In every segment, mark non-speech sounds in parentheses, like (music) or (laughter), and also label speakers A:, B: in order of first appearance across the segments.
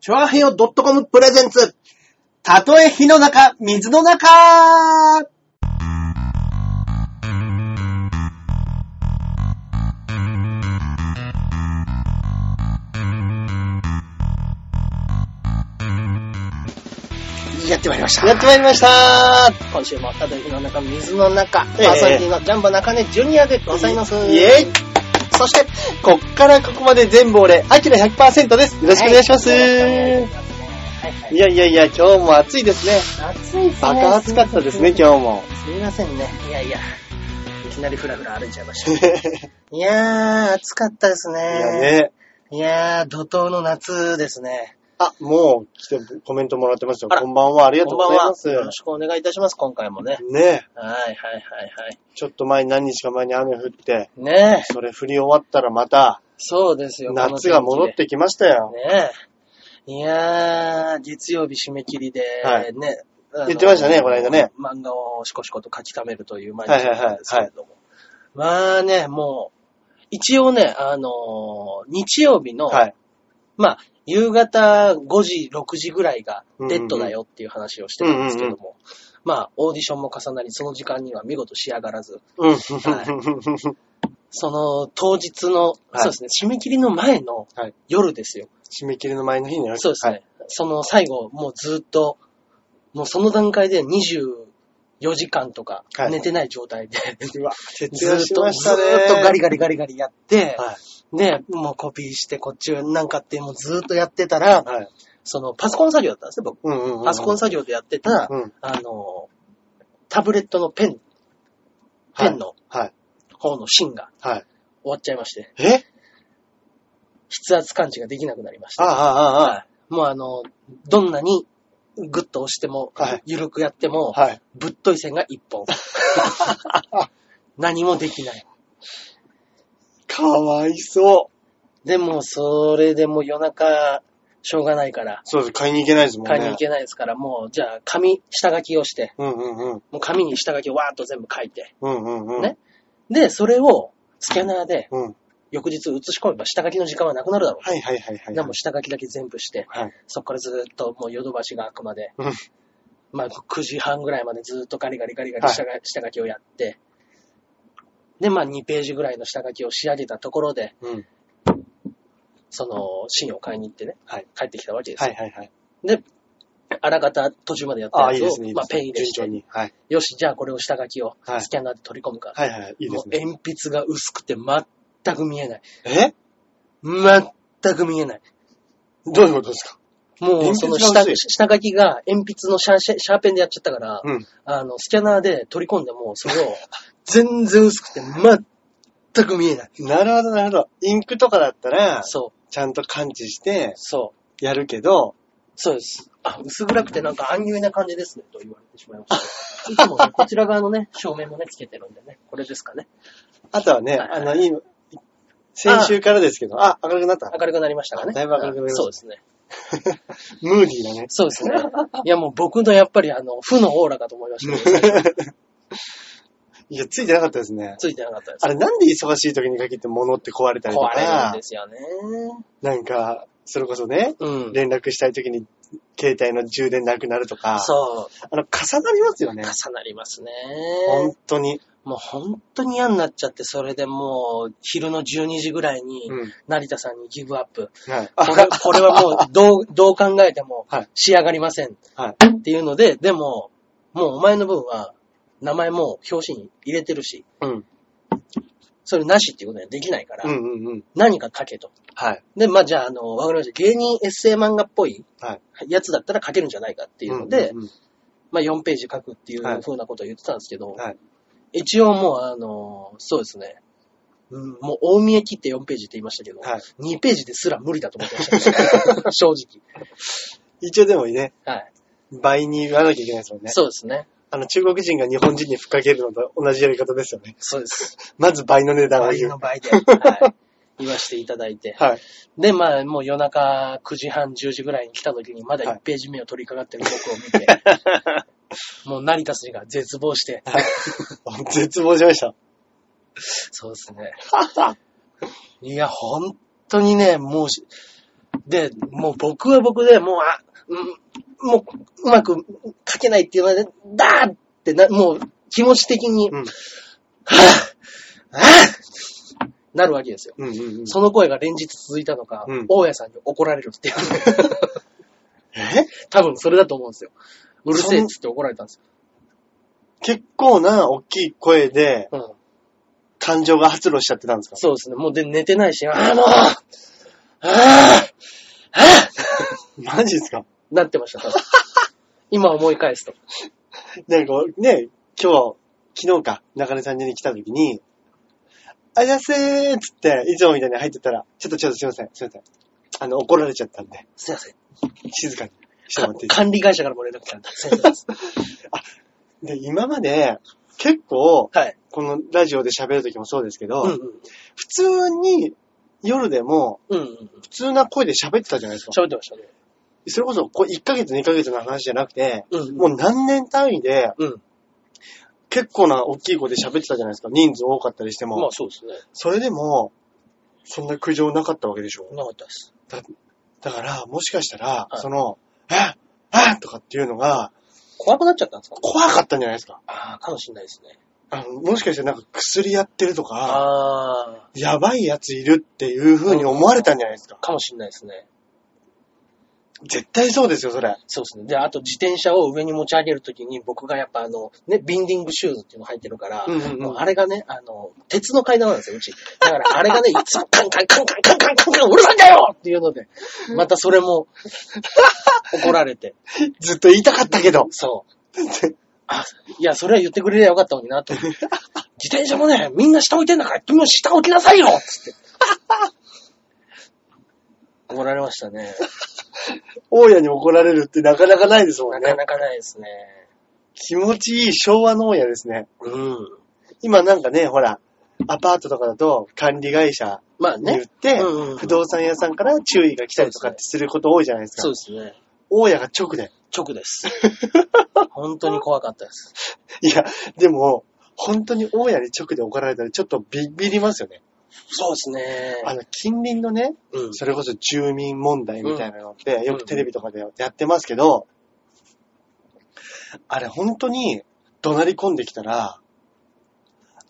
A: チョアヘヨ .com プレゼンツ。たとえ火の中、水の中
B: やってまいりました。
A: やってまいりました
B: 今週も、たとえ火の中、水の中、
A: ええ
B: パーソナリティのジャンボ中根ジュニアでございます。
A: イェイそして、こっからここまで全部俺、アキラ100%です。よろしくお願いします。、
B: はいい
A: やいやいや、今日も暑いですね。
B: 暑いですね。
A: バカ暑かったですね、
B: 日。
A: 今日も。
B: すみませんね。いやいや。いきなりフラフラ歩いちゃい
A: (laughs)
B: ました。いやー、暑かったです
A: いや
B: ね。
A: ね。
B: いやー、怒涛の夏ですね。
A: (laughs) あ、もう来てコメントもらってますよ。
B: あら
A: こんばんは、ありがと
B: こ
A: うん
B: ば
A: ご
B: ん
A: ざい
B: は。
A: ます。
B: よろしくお願いいたします、今回もね。
A: ね
B: はいはいはいはい。
A: え、ちょっと前に何日か前に雨降って、
B: ねえ。
A: それ降り終わったらまた、
B: そうですよ。
A: 夏が戻ってきましたよ。
B: ねえ。いやー、月曜日締め切りで、
A: はい
B: ね。あの
A: 言ってましたねこの間ね。
B: 漫画をしこしこと書き溜めるという毎
A: はい
B: 日
A: はいはい
B: なんですけれども。まあね、もう、一応ね、あのー日曜日の、
A: はい。
B: まあ、夕方5時、6時ぐらいがデッドだよっていう話をしてたんですけども、
A: う
B: まあ、オーディションも重なり、その時間には見事仕上がらず、
A: うん。
B: その当日の、
A: はい
B: そうですね、締め切りの前の
A: (laughs) はい
B: 夜ですよ。
A: 締め切りの前の日にね
B: そうですね。。その最後、もうずっと、もうその段階で24時間とか
A: はい
B: 寝てない状態で、
A: はい、うわ、徹
B: ずー
A: 夜
B: っ
A: し
B: と、
A: まし
B: ず
A: たね。
B: ーっとガリガリガリガリやって、
A: は
B: ね、もうコピーしてこっちなんかってもうずーっとやってたら
A: い。、はい。
B: そのパソコン作業だったんですね、僕。
A: うんうんうん。
B: パソコン作業でやってた、
A: うん。
B: あの、タブレットのペン、ペンの
A: はい。
B: 方の芯が
A: はい。
B: 終わっちゃいまして、
A: え
B: 筆圧感知ができなくなりまし
A: あ
B: た。
A: あ、ああ、あ
B: もうあの、どんなにグッと押しても
A: はい、
B: 緩くやっても、
A: あ。はい。
B: ぶっとい線が一 (laughs) 本。何もできない。
A: かわいそう。
B: でも、それでもう夜中、しょうがないから、
A: そうです。買いに行けないですもんね。
B: 買いに行けないですから、もう、じゃあ、紙、下書きをして、
A: うんうんうん。
B: もう紙に下書きをわーっと全部書いて、
A: うんうんうん。
B: ねで、それを、スキャナーで、
A: うん。
B: 翌日写し込めば下書きの時間はなくなるだろう。
A: はいはいはいはい。
B: でも、下書きだけ全部して、
A: はい。
B: そこからずーっともうヨドバシが開くまで、
A: うん
B: まあ9時半ぐらいまでずーっとガリガリガリガリ
A: はい
B: 下,、下書きをやって、で、まあ2ページぐらいの下書きを仕上げたところで、
A: うん。
B: その芯を買いに行ってね、
A: はい
B: 帰ってきたわけで
A: (laughs)
B: す
A: は
B: よ。
A: いはいはい。
B: あらかた途中までやった
A: ああ、い
B: や
A: い
B: つ
A: です
B: を、
A: ね。いいで
B: まあ
A: す
B: ペン入れ
A: 順
B: し
A: 調
B: て、
A: に。はい。
B: よし、じゃあこれを下書きを
A: はい
B: スキャナーで取り込むから、
A: はいはい。いいで
B: も
A: す
B: う
A: ね。
B: 鉛筆が薄くて全く見えない。
A: え
B: 全く見えない。
A: どういうことですか
B: もうその
A: 鉛筆
B: 下
A: が薄い
B: 下書きが鉛筆のシャーシャシャーペンでやっちゃったから、
A: うん。
B: あの、スキャナーで取り込んでも、それを、 (laughs) 全然薄くて、全く見えない。
A: なるほどなるほど。インクとかだったら、
B: そう、
A: ちゃんと感知して
B: そう、
A: やるけど、
B: そうです。あ、薄暗くてなんか安入な感じですね、と言われてしまいました。いつ
A: (laughs)
B: もね、こちら側のね、照明もね、つけてるんでね、これですかね。
A: あとはね、
B: はいは
A: あ
B: い
A: の、今、先週からですけど、あ、明るくなった。
B: 明るくなりましたかね。
A: だいぶ明るくなりました
B: そうですね。
A: ムーディーだね。
B: そうですね。いや、もう僕のやっぱり、あの、負のオーラかと思いまし
A: (laughs)
B: たけど、
A: いや、ついてなかったですね。
B: ついてなかったです。
A: あれ、なんで忙しい時に限って物って壊れたりと
B: 壊れるん
A: か
B: で、すよね。
A: なんか、それこそね、
B: うん。
A: 連絡したい時に携帯の充電なくなるとか、
B: そう、
A: あの、重なりますよね。
B: 重なりますね。
A: 本当に。
B: もう本当に嫌になっちゃって、それでもう、昼の12時ぐらいに、
A: うん。
B: 成田さんにギブアップ。
A: はい。
B: これこれはもう、どう、どう考えても
A: はい、
B: 仕上がりません。
A: はい
B: っていうので、でも、もうお前の分は、名前も表紙に入れてるし、
A: うん。
B: それなしっていうことにはできないから、
A: うんうんうん。
B: 何か書けと。
A: はい。
B: で、まあじゃあ、あの、わかりました。芸人エッセイ漫画っぽい
A: はい。
B: やつだったら書けるんじゃないかっていうので、
A: うんうんうん
B: まあ4ページ書くっていう
A: はい
B: 風なことを言ってたんですけど、
A: はい
B: 一応もうあの、そうですね。うん、もう大見え切って4ページって言いましたけど、
A: はい
B: 2ページですら無理だと思ってました、 (laughs) ね、正直。
A: 一応でもね、
B: はい。
A: 倍に言わなきゃいけないですもんね。
B: そうですね。
A: あの、中国人が日本人に吹っかけるのと同じやり方ですよね。
B: そうです。
A: まず倍の値段を
B: 倍
A: 言う
B: の。倍で、はい、言わせていただいて。
A: はい。
B: で、まあ、もう夜中9時半、10時ぐらいに来た時に、まだ
A: はい
B: 1ページ目を取り掛かってる僕を見て、 (laughs) もう成田筋が絶望して、
A: (laughs) 絶望しました。
B: そうですね。いや、本当にね、もうし、で、もう僕は僕で、もう、あ、うん、もう、うまく書けないっていうので、だーってな、もう、気持ち的に、
A: うん
B: はぁ、はぁ、なるわけですよ。
A: うんうんうん。
B: その声が連日続いたのか、
A: うん
B: 大家さんに怒られるっていう。 (laughs)
A: え
B: 多分それだと思うんですよ。うるせえっつって怒られたんですよ。
A: 結構な大きい声で
B: うん、
A: 感情が発露しちゃってたんですか
B: そうですね。もうで寝てないし、あーもうああああ
A: マジですか
B: なって
A: (laughs)
B: ました、多分今思い返すと。
A: なんかね、今日、昨日か、中根さん家に来た時に、あやせーっつって、いつもみたいに入ってったら、ちょっとちょっとすいません、すいません。あの、怒られちゃったんで、
B: すいません。
A: 静かにしてもらっていい
B: か管理会社からも連絡来たんだ。先生です。
A: で、今まで、結構、
B: はい。
A: このラジオで喋る時もそうですけど、
B: うん
A: 普通に夜でも、
B: うん。うんうん。
A: 普通な声で喋ってたじゃないですか。
B: 喋ってましたね。
A: それこそ、こう1ヶ月、2ヶ月の話じゃなくて、
B: うん
A: もう何年単位で、
B: うん。
A: 結構な大きい声で喋ってたじゃないですか。人数多かったりしても。
B: まあそうですね。
A: それでも、そんな苦情なかったわけでしょ
B: なかったです。
A: だから、もしかしたら、
B: はい
A: その、ええとかっていうのが、
B: 怖くなっちゃったんですか
A: 怖かったんじゃないですか。
B: ああ、かもしれないですね。
A: あの、もしかしてなんか薬やってるとか、
B: ああ
A: やばいやついるっていう風に思われたんじゃないですか。
B: ー、かもしれないですね。
A: 絶対そうですよ、それ。
B: そうですね。で、あと自転車を上に持ち上げるときに僕がやっぱあの、ね、ビンディングシューズっていうの入ってるから、
A: うんうんうん
B: もうあれがね、あの、鉄の階段なんですよ、うち。だからあれがね、いつもカンカンカンカンカンカンカンカン、うるさいんだよっていうので、またそれも怒られて。
A: ずっと言いたかったけど。
B: そう。
A: (laughs)
B: あ、いや、それは言ってくれりゃよかったのになと思って。自転車もね、みんな下置いてんだから、君も下置きなさいよつって。怒られましたね。
A: 大家に怒られるってなかなかないですも
B: なんか
A: ね。
B: なかないですね。
A: 気持ちいい昭和の大家ですね。
B: うん。
A: 今なんかね、ほら、アパートとかだと管理会社
B: まあ
A: に言
B: ね
A: っ。て、
B: うんうんうん
A: 不動産屋さんから注意が来たりとかってすること多いじゃないですか。
B: そうですね。
A: 大家が直で。(laughs)
B: 直です。本当に怖かったです。
A: いや、でも、本当に大家に直で怒られたらちょっとビビりますよね。
B: そうですね。
A: あの、近隣のね、
B: うん。
A: それこそ住民問題みたいなのって、よ
B: う
A: く
B: ん
A: テレビとかでやってますけど、あれ本当に怒鳴り込んできたら、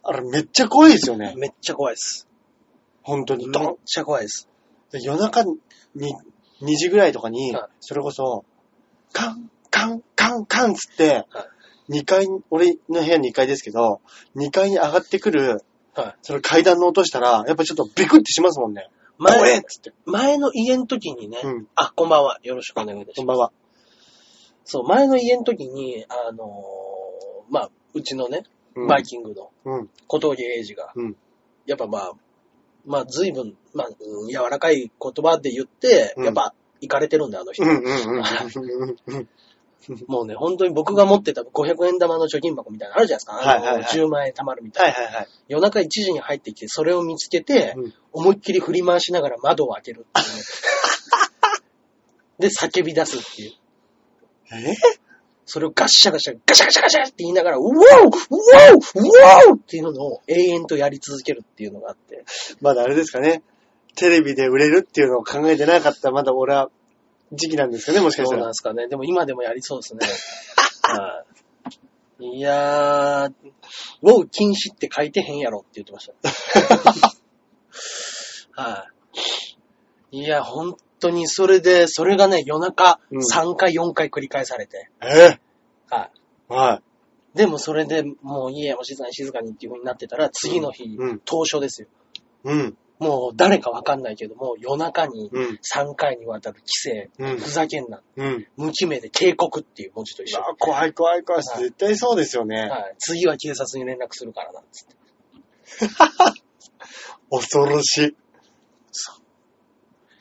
A: あれめっちゃ怖いですよね。
B: めっちゃ怖いです。
A: 本当
B: め
A: に。
B: っ
A: ドン
B: ちゃ怖いです。
A: で夜中に、2時ぐらいとかに
B: はい、
A: それこそ、カン、カン、カン、カンっつって、2階に、俺の部屋2階ですけど、2階に上がってくる、
B: はい。
A: その階段の音したら、やっぱちょっとビクってしますもんね。これっ
B: 前、
A: つって。
B: 前の家の時にね、
A: うん
B: あ、こんばんは。よろしくお願いいた
A: こ
B: し
A: ん
B: ま
A: ばんは。
B: す。そう、前の家の時に、あのーまあ、うちのね、
A: うん
B: バイキングの
A: うん。
B: 小峠英二が、
A: うん
B: やっぱまあ、まあ、随分、まあ、うん柔らかい言葉で言って、
A: うん
B: やっぱ、行かれてるんだ、あの人。
A: うんうんうんうんうん。
B: もうね、本当に僕が持ってた500円玉の貯金箱みたいなのあるじゃないですか。あの
A: はいはいはい
B: 10万円貯まるみたいな。
A: はいはいはい。
B: 夜中1時に入ってきて、それを見つけて、
A: うん
B: 思いっきり振り回しながら窓を開けるっ
A: (laughs)
B: ていうね、で、叫び出すっていう。
A: え
B: それをガッシャガシャ、ガシャガシャガシャって言いながら、うおーうおーうおーっていうのを永遠とやり続けるっていうのがあって。
A: まだあれですかね。テレビで売れるっていうのを考えてなかった、まだ俺は、時期なんですかね、もしかし
B: そ
A: た
B: うなん
A: ら
B: で。すかね。でも今でもやりそうですね。はいいやー、ウォー禁止って書いてへんやろって言ってました。はい。いや、本当にそれで、それがね、夜中
A: うん
B: 3回、4回繰り返されて、
A: え
B: はい。
A: は
B: でもそれでもう家お静かに静かにっていう風になってたら、次の日、
A: うん
B: 当初ですよ。
A: い。うん。
B: もう誰かわかんないけども、夜中に
A: うん。
B: 3回にわたる規制、
A: うん
B: ふざけんな、
A: うん。
B: 無記名で警告っていう文字と一緒に
A: あ怖い怖い怖い。絶対そうですよね。
B: はい。次は警察に連絡するからな、つって。
A: 恐ろし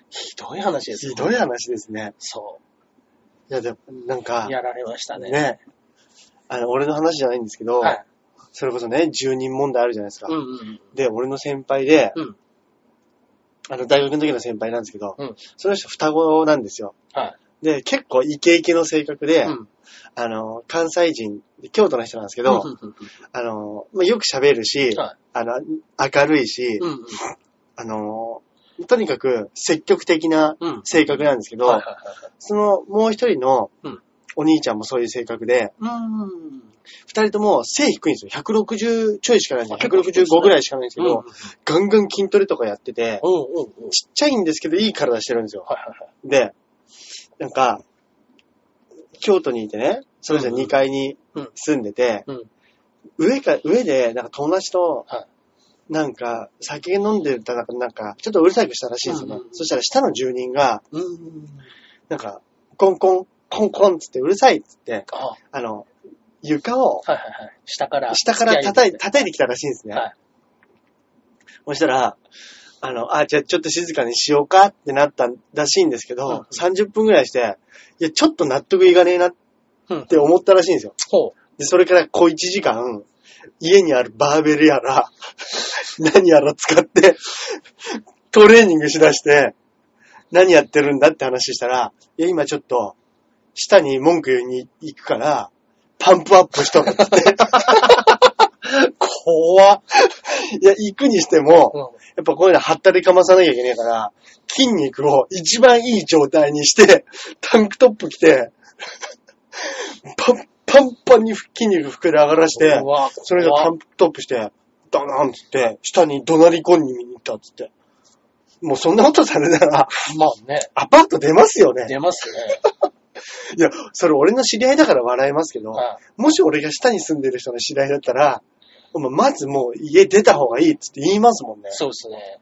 B: ひどい話で
A: い。
B: すよ
A: ひどい話ですね。
B: そ
A: いや、でも、なんか
B: う。、やられましたね。
A: ね、あの、俺の話じゃないんですけど、
B: はい。
A: それこそね、住人問題あるじゃないですか。
B: うんうん
A: で、俺の先輩で、
B: うん。うん。
A: あの、大学の時の先輩なんですけど、
B: うん
A: その人双子なんですよ。
B: はい。
A: で、結構イケイケの性格で、
B: うん。
A: あの、関西人、京都の人なんですけど、
B: うんうん
A: あの、まあ、よく喋るし、
B: はい
A: あの、明るいし、
B: うんうん。
A: あの、とにかく積極的な
B: うん。
A: 性格なんですけど、
B: はいはいはいはい。
A: そのもう一人の
B: うん
A: お兄ちゃんもそういう性格で、
B: うん。
A: 二人とも背低いんですよ。160ちょいしかないんですよ。
B: あ結構低いですね
A: 165ぐらいしかないんですけど、
B: うん
A: ガンガン筋トレとかやってて、
B: おうおうおう。
A: ちっちゃいんですけどいい体してるんですよ。
B: はいはいはい。
A: で、なんか、京都にいてね、それぞれ2階に
B: うん
A: 住んでて、
B: うん
A: 上か、上で、なんか友達と
B: は、
A: なんか、酒飲んでたら、なんか、ちょっとうるさくしたらしいんですよね。
B: うんうん
A: そしたら下の住人が、
B: うん。
A: なんか、コンコン、コンコンっつってうるさいっつって、
B: あはい
A: あの、床を
B: はいはい。下から。
A: 下から叩い
B: て。
A: 叩いてきたらしいんですね。
B: はい
A: そしたら、あの、あ、じゃあちょっと静かにしようかってなったらしいんですけ
B: うんうん
A: ど、30分ぐらいして、いや、ちょっと納得いかねえなっ
B: うん。
A: て思ったらしいんですよ。
B: ほう。
A: で、それから小1時間、家にあるバーベルやら、 (laughs) 何やら使って、トレーニングしだして、何やってるんだって話したら、いや、今ちょっと、下に文句言いに行くから、パンプアップしとるって。
B: 怖っ。
A: いや、行くにしても、
B: うん。
A: やっぱこういうのはったりかまさなきゃいけないから、筋肉を一番いい状態にして、タンクトップ着て、パンパンパンに筋肉膨れ上がらして
B: う、わ
A: それがタ
B: 怖っ
A: ンクトップして、ダランっつって、下に怒鳴り込みに行ったっつって。もうそんなことされたら、
B: まあね。
A: アパート出ますよね。
B: 出ますね。
A: いや、それ俺の知り合いだから笑えますけど、
B: はい
A: もし俺が下に住んでる人の知り合いだったら、お前まずもう家出た方がいいっつって言いますもんね。
B: そうですね。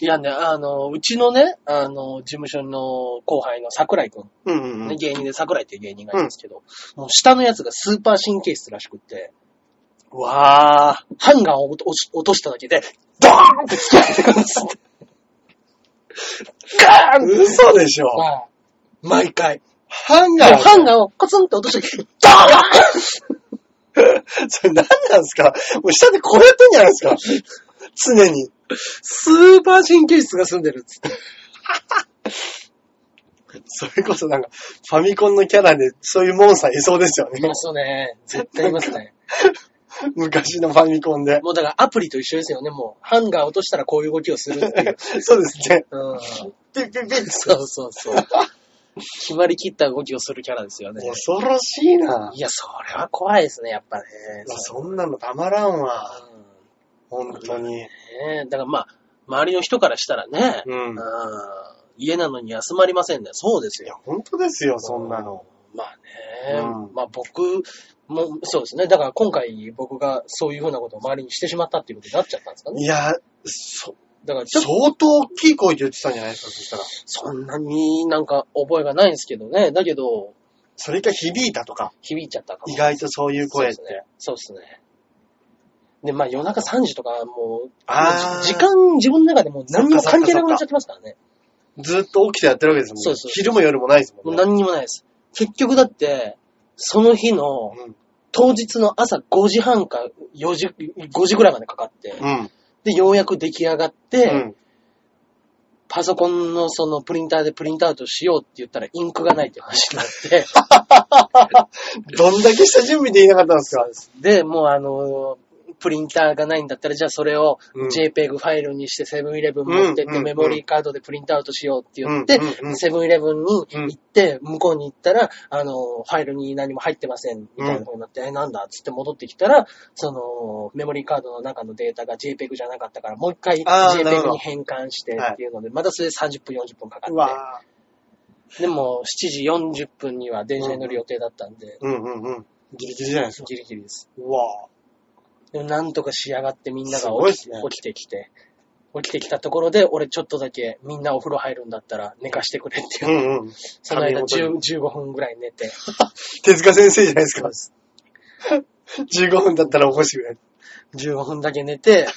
B: いやね、あの、うちのね、あの、事務所の後輩の桜井くん。
A: うんうんう
B: ね、
A: ん。
B: 芸人で桜井っていう芸人がいるんですけど、もう下のやつがスーパー神経質らしくって、
A: わー。
B: ハンガーを落とし落としただけで、ドーンって突き上げてくるんですって。ガーンって、
A: 嘘でしょ。
B: はい毎回。
A: ハンガー。
B: ハンガーをコツンって落とした時、ドーン
A: それ何なんですかもう下でこうやってんじゃないですか常に。
B: スーパー神経質が住んでるっつって。
A: それこそなんか、ファミコンのキャラでそういうモンスターいそうですよ
B: い
A: ね。
B: ますね。絶対いますね。
A: 昔のファミコンで。
B: もうだからアプリと一緒ですよね、もう。ハンガー落としたらこういう動きをするっていう。
A: そうですね。
B: (laughs) うん、
A: ピッピッピッ
B: そうそうそう。 (laughs) 決まりきった動きをするキャラですよね。
A: 恐ろしいな。
B: いや、それは怖いですね、やっぱね。
A: いやそんなのたまらんわ。
B: うん
A: 本当に。
B: ねえだからまあ、周りの人からしたらね、
A: うん
B: うん家なのに休まりませんね。そうです
A: いや
B: よ。、
A: 本当ですよ、そんなの。
B: まあね、
A: うん
B: まあ僕も、そうですね。だから今回僕がそういうふうなことを周りにしてしまったっていうことになっちゃったんですかね。
A: いや、そ、
B: だからちょっと
A: 相当大きい声で言ってたんじゃないですか、そしたら。
B: そんなになんか覚えがないんですけどね。だけど、
A: それか響いたとか、
B: 響いちゃったかも。
A: 意外とそういう声って。
B: そうですね。そうですね。で、まあ夜中3時とかもう、
A: あー
B: 時間自分の中でもう何にも関係なくなっちゃってますからね。
A: ずっと起きてやってるわけですもんね。
B: そうそう
A: 昼も夜もないですも
B: も
A: ん
B: う
A: ね。
B: 何にもないです。結局だって、その日の、当日の朝5時半か4時、5時ぐらいまでかかって、
A: うん。
B: で、ようやく出来上がって、
A: うん。
B: パソコンのそのプリンターでプリントアウトしようって言ったらインクがないって話になって、
A: どんだけ下準備できなかったんですか
B: で、もうあのープリンターがないんだったら、じゃあそれを
A: うん
B: JPEG ファイルにしてセブンイレブン持ってっ
A: うんうんう
B: て
A: ん
B: メモリーカードでプリントアウトしようって言って
A: うんうんう、ん
B: セブンイレブンに行って、向こうに行ったら、あのー、ファイルに何も入ってませんみたいな風になって、え、なんだっつって戻ってきたら、その、メモリーカードの中のデータが JPEG じゃなかったから、もう一回
A: あーなるほ
B: JPEG
A: ど
B: に変換してっていうので、またそれで30分、40分
A: う
B: かかっ
A: わぁ。
B: て、でも7時40分には電車に乗る予定だったんで、
A: うんうんうん。ギリギリじゃないですか。
B: ギリギリです。
A: うわ
B: でもなんとか仕上がってみんな
A: す
B: が
A: ごいっ
B: 起き,、
A: すね
B: 起きてきて、起きてきたところで、俺ちょっとだけみんなお風呂入るんだったら寝かしてくれって
A: ぁ。
B: いう。
A: うんうん。
B: その間
A: 髪
B: 10
A: 元
B: 15分ぐらい寝て。
A: 手塚先生じゃないです
B: そ
A: か
B: うで。す
A: 15分だったら起こしてくれ。
B: 15分だけ
A: (laughs)
B: 寝て、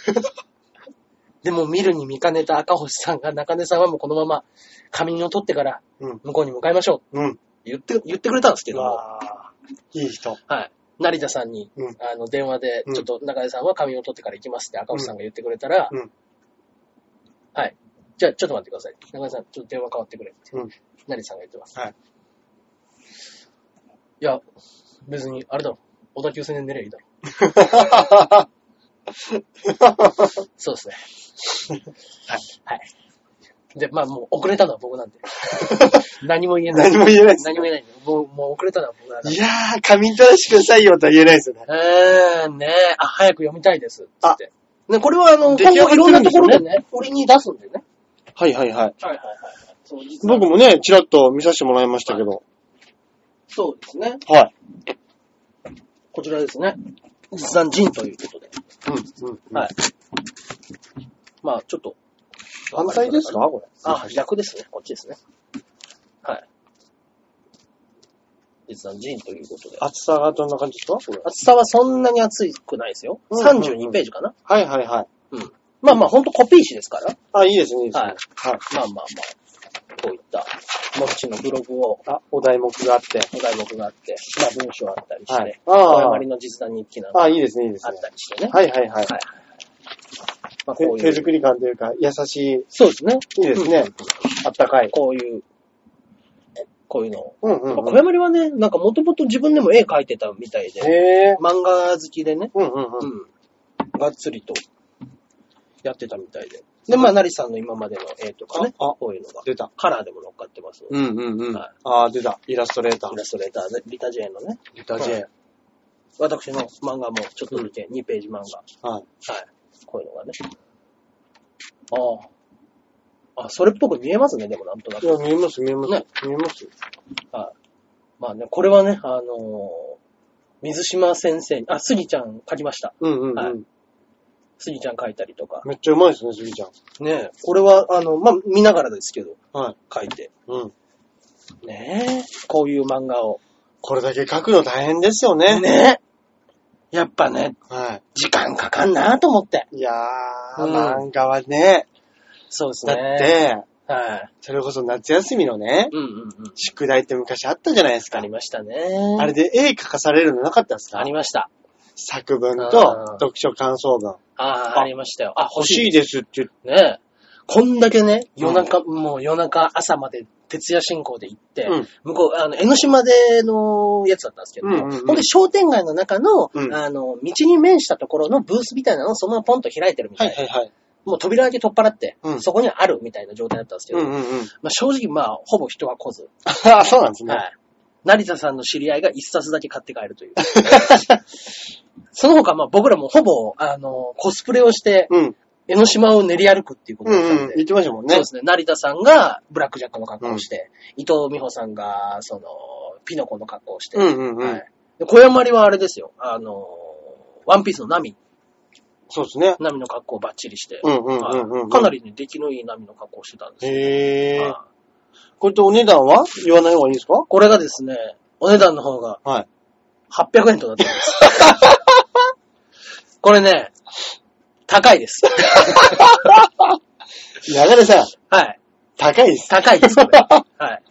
B: でも見るに見かねた赤星さんが、中根さんはもうこのまま仮眠を取ってから
A: うん。
B: 向こうに向かいましょう
A: うん。
B: 言って、言ってくれたんですけ
A: う
B: ども、
A: わぁ。いい人。
B: はい。成田さんに、
A: うん
B: あの、電話で、
A: うん
B: ちょっと中根さんは仮眠を取ってから行きますって赤星さんが言ってくれたら、
A: うん
B: はい。じゃあ、ちょっと待ってください。中根さん、ちょっと電話変わってくれっ
A: (laughs)
B: て。
A: うん
B: 成田さんが言ってます。
A: はい。
B: いや、別に、あれだろ。小田急線で寝ればいいだろ。
A: (laughs)
B: そうですね。はい。はい。で、まあもう遅れたのは僕なんで。何も言えない。
A: 何も言えないです。
B: 何も言えないんで。もう、もう遅れたのは僕なんで
A: い。やー、紙取らしてくださいよとは言えないですよね。
B: えー、ねえ、あ、早く読みたいです。つ
A: あ
B: って。ね、これはあの、
A: 出来上がっ
B: 今後
A: て
B: い
A: る
B: ろ
A: ん
B: ん
A: でしょうね
B: なところでね、俺に出すんでね。
A: はいはいはい。
B: はいはいはい。そう
A: 僕もね、ちらっと見させてもらいましたけど。
B: そうですね。
A: はい。
B: こちらですね。実弾人ということで。
A: うん、うん。
B: はい。まあ、ちょっと。
A: 反対ですかこれ。
B: あ、逆ですね。こっちですね。はい。実弾人ということで。
A: 厚さがどんな感じですかこれ。
B: 厚さはそんなに厚くないですよ。
A: うんうんうん
B: 32ページかな。
A: はいはいはい。
B: うん。まあまあ、ほんとコピー紙ですから。
A: あ、いいですね、いいですね。
B: はい
A: はい。
B: まあまあまあ、こういった、モッチのブログを、
A: あ、お題目があって。
B: お題目があって、まあ文章あったりして、
A: はいあー
B: これまりの実弾日記なんか
A: あ、いいですね、いいです
B: あっ
A: ね。
B: たりしてね。
A: はいはいはい。
B: はいまあこう
A: 手手
B: いう。
A: 作り感というか、優し
B: そうですね。
A: い、いいですね。あったかい。
B: こういう、こういうのを。
A: うんう
B: ま
A: ん、
B: あ小
A: うん。
B: 山りはね、なんかもともと自分でも絵描いてたみたいで、
A: へぇ
B: 漫画好きでね、
A: うんうんう。
B: うんん。がっつりと、やってたみたいで。で、まあ、成さんの今までの絵とかね、
A: ああ
B: こういうのが、
A: 出た。
B: カラーでも乗っかってますので。
A: うんうんうん。
B: はい
A: あー出た。イラストレーター
B: イ。ラストレーターで、リタジェーンのね、
A: イタジェ。
B: 私の漫画もちょっと見て、2ページ漫画。
A: はい。
B: はい。こういうのがね。ああ。あ、それっぽく見えますね、でもなんとなく。
A: いや、見えます、見えます。
B: ね
A: 見えます。
B: まあね、これはね、あのー水島先生に、あ、杉ちゃん書きました。
A: うんうんうん。
B: はい杉ちゃん書いたりとか。
A: めっちゃうまいですね、スギちゃん。
B: ねえこれは、あの、まあ、見ながらですけど、
A: はい。
B: 書いて。
A: うん。
B: ねえこういう漫画を。
A: これだけ書くの大変ですよね。
B: ねえやっぱね、
A: は
B: 時間かかんなと思って。
A: い。いやー、
B: う
A: 漫画はね、
B: そうです
A: だっ
B: ね。
A: て、
B: はい。
A: それこそ夏休みのね、
B: うんうんうん。
A: 宿題って昔あったじゃないです
B: あ
A: か
B: り。ましたね。
A: あれで絵描かされるのなかったですか
B: ありました。
A: 作文と
B: あー
A: 読書感想文。
B: ああ、
A: あ
B: ありましたよ。あ、
A: 欲
B: 欲
A: し
B: し
A: いですって言って、
B: い。ねえこんだけね、夜中、もう夜中朝まで徹夜進行で行って、
A: うん
B: 向こう、あの、江ノ島でのやつだったんですけども、
A: うんうんうん
B: ほんで商店街の中の、
A: うん
B: あの、道に面したところのブースみたいなのをそのままポンと開いてるみた
A: はいい
B: な。
A: はいはい。
B: もう扉だけ取っ払って、
A: うん
B: そこにあるみたいな状態だったんですけ
A: う
B: ど、
A: んうんうん。
B: まあ正直まあ、ほぼ人は来ず、
A: あ、そうなんですね。
B: はい。成田さんの知り合いが一冊だけ買って帰
A: (laughs)
B: るという。その他、まあ僕らもほぼ、あの、コスプレをして、
A: うん。
B: 江ノ島を練り歩くっていうこと
A: う
B: だったんで、
A: んうん。言ってましたもん
B: そ
A: ね
B: うで。すね、成田さんがブラックジャックの格好をして、伊藤美穂さんが、その、ピノコの格好をして、
A: うんうんう
B: は
A: ん。
B: いで小山里はあれですよ、あの、ワンピースのナミ、
A: そうですね。
B: ナミの格好をバッチリして、
A: うんうんうんうんう
B: は
A: ん。
B: いかなりね、出来のいいナミの格好をしてたんですよ。
A: へえ。
B: はい
A: これってお値段は言わない方がいいんですか
B: これがですね、お値段の方が
A: はい。
B: 800円となっております。 (laughs) これね、高いです。
A: 流れさん、
B: はい。
A: 高いです。
B: 高いです、これ。はい。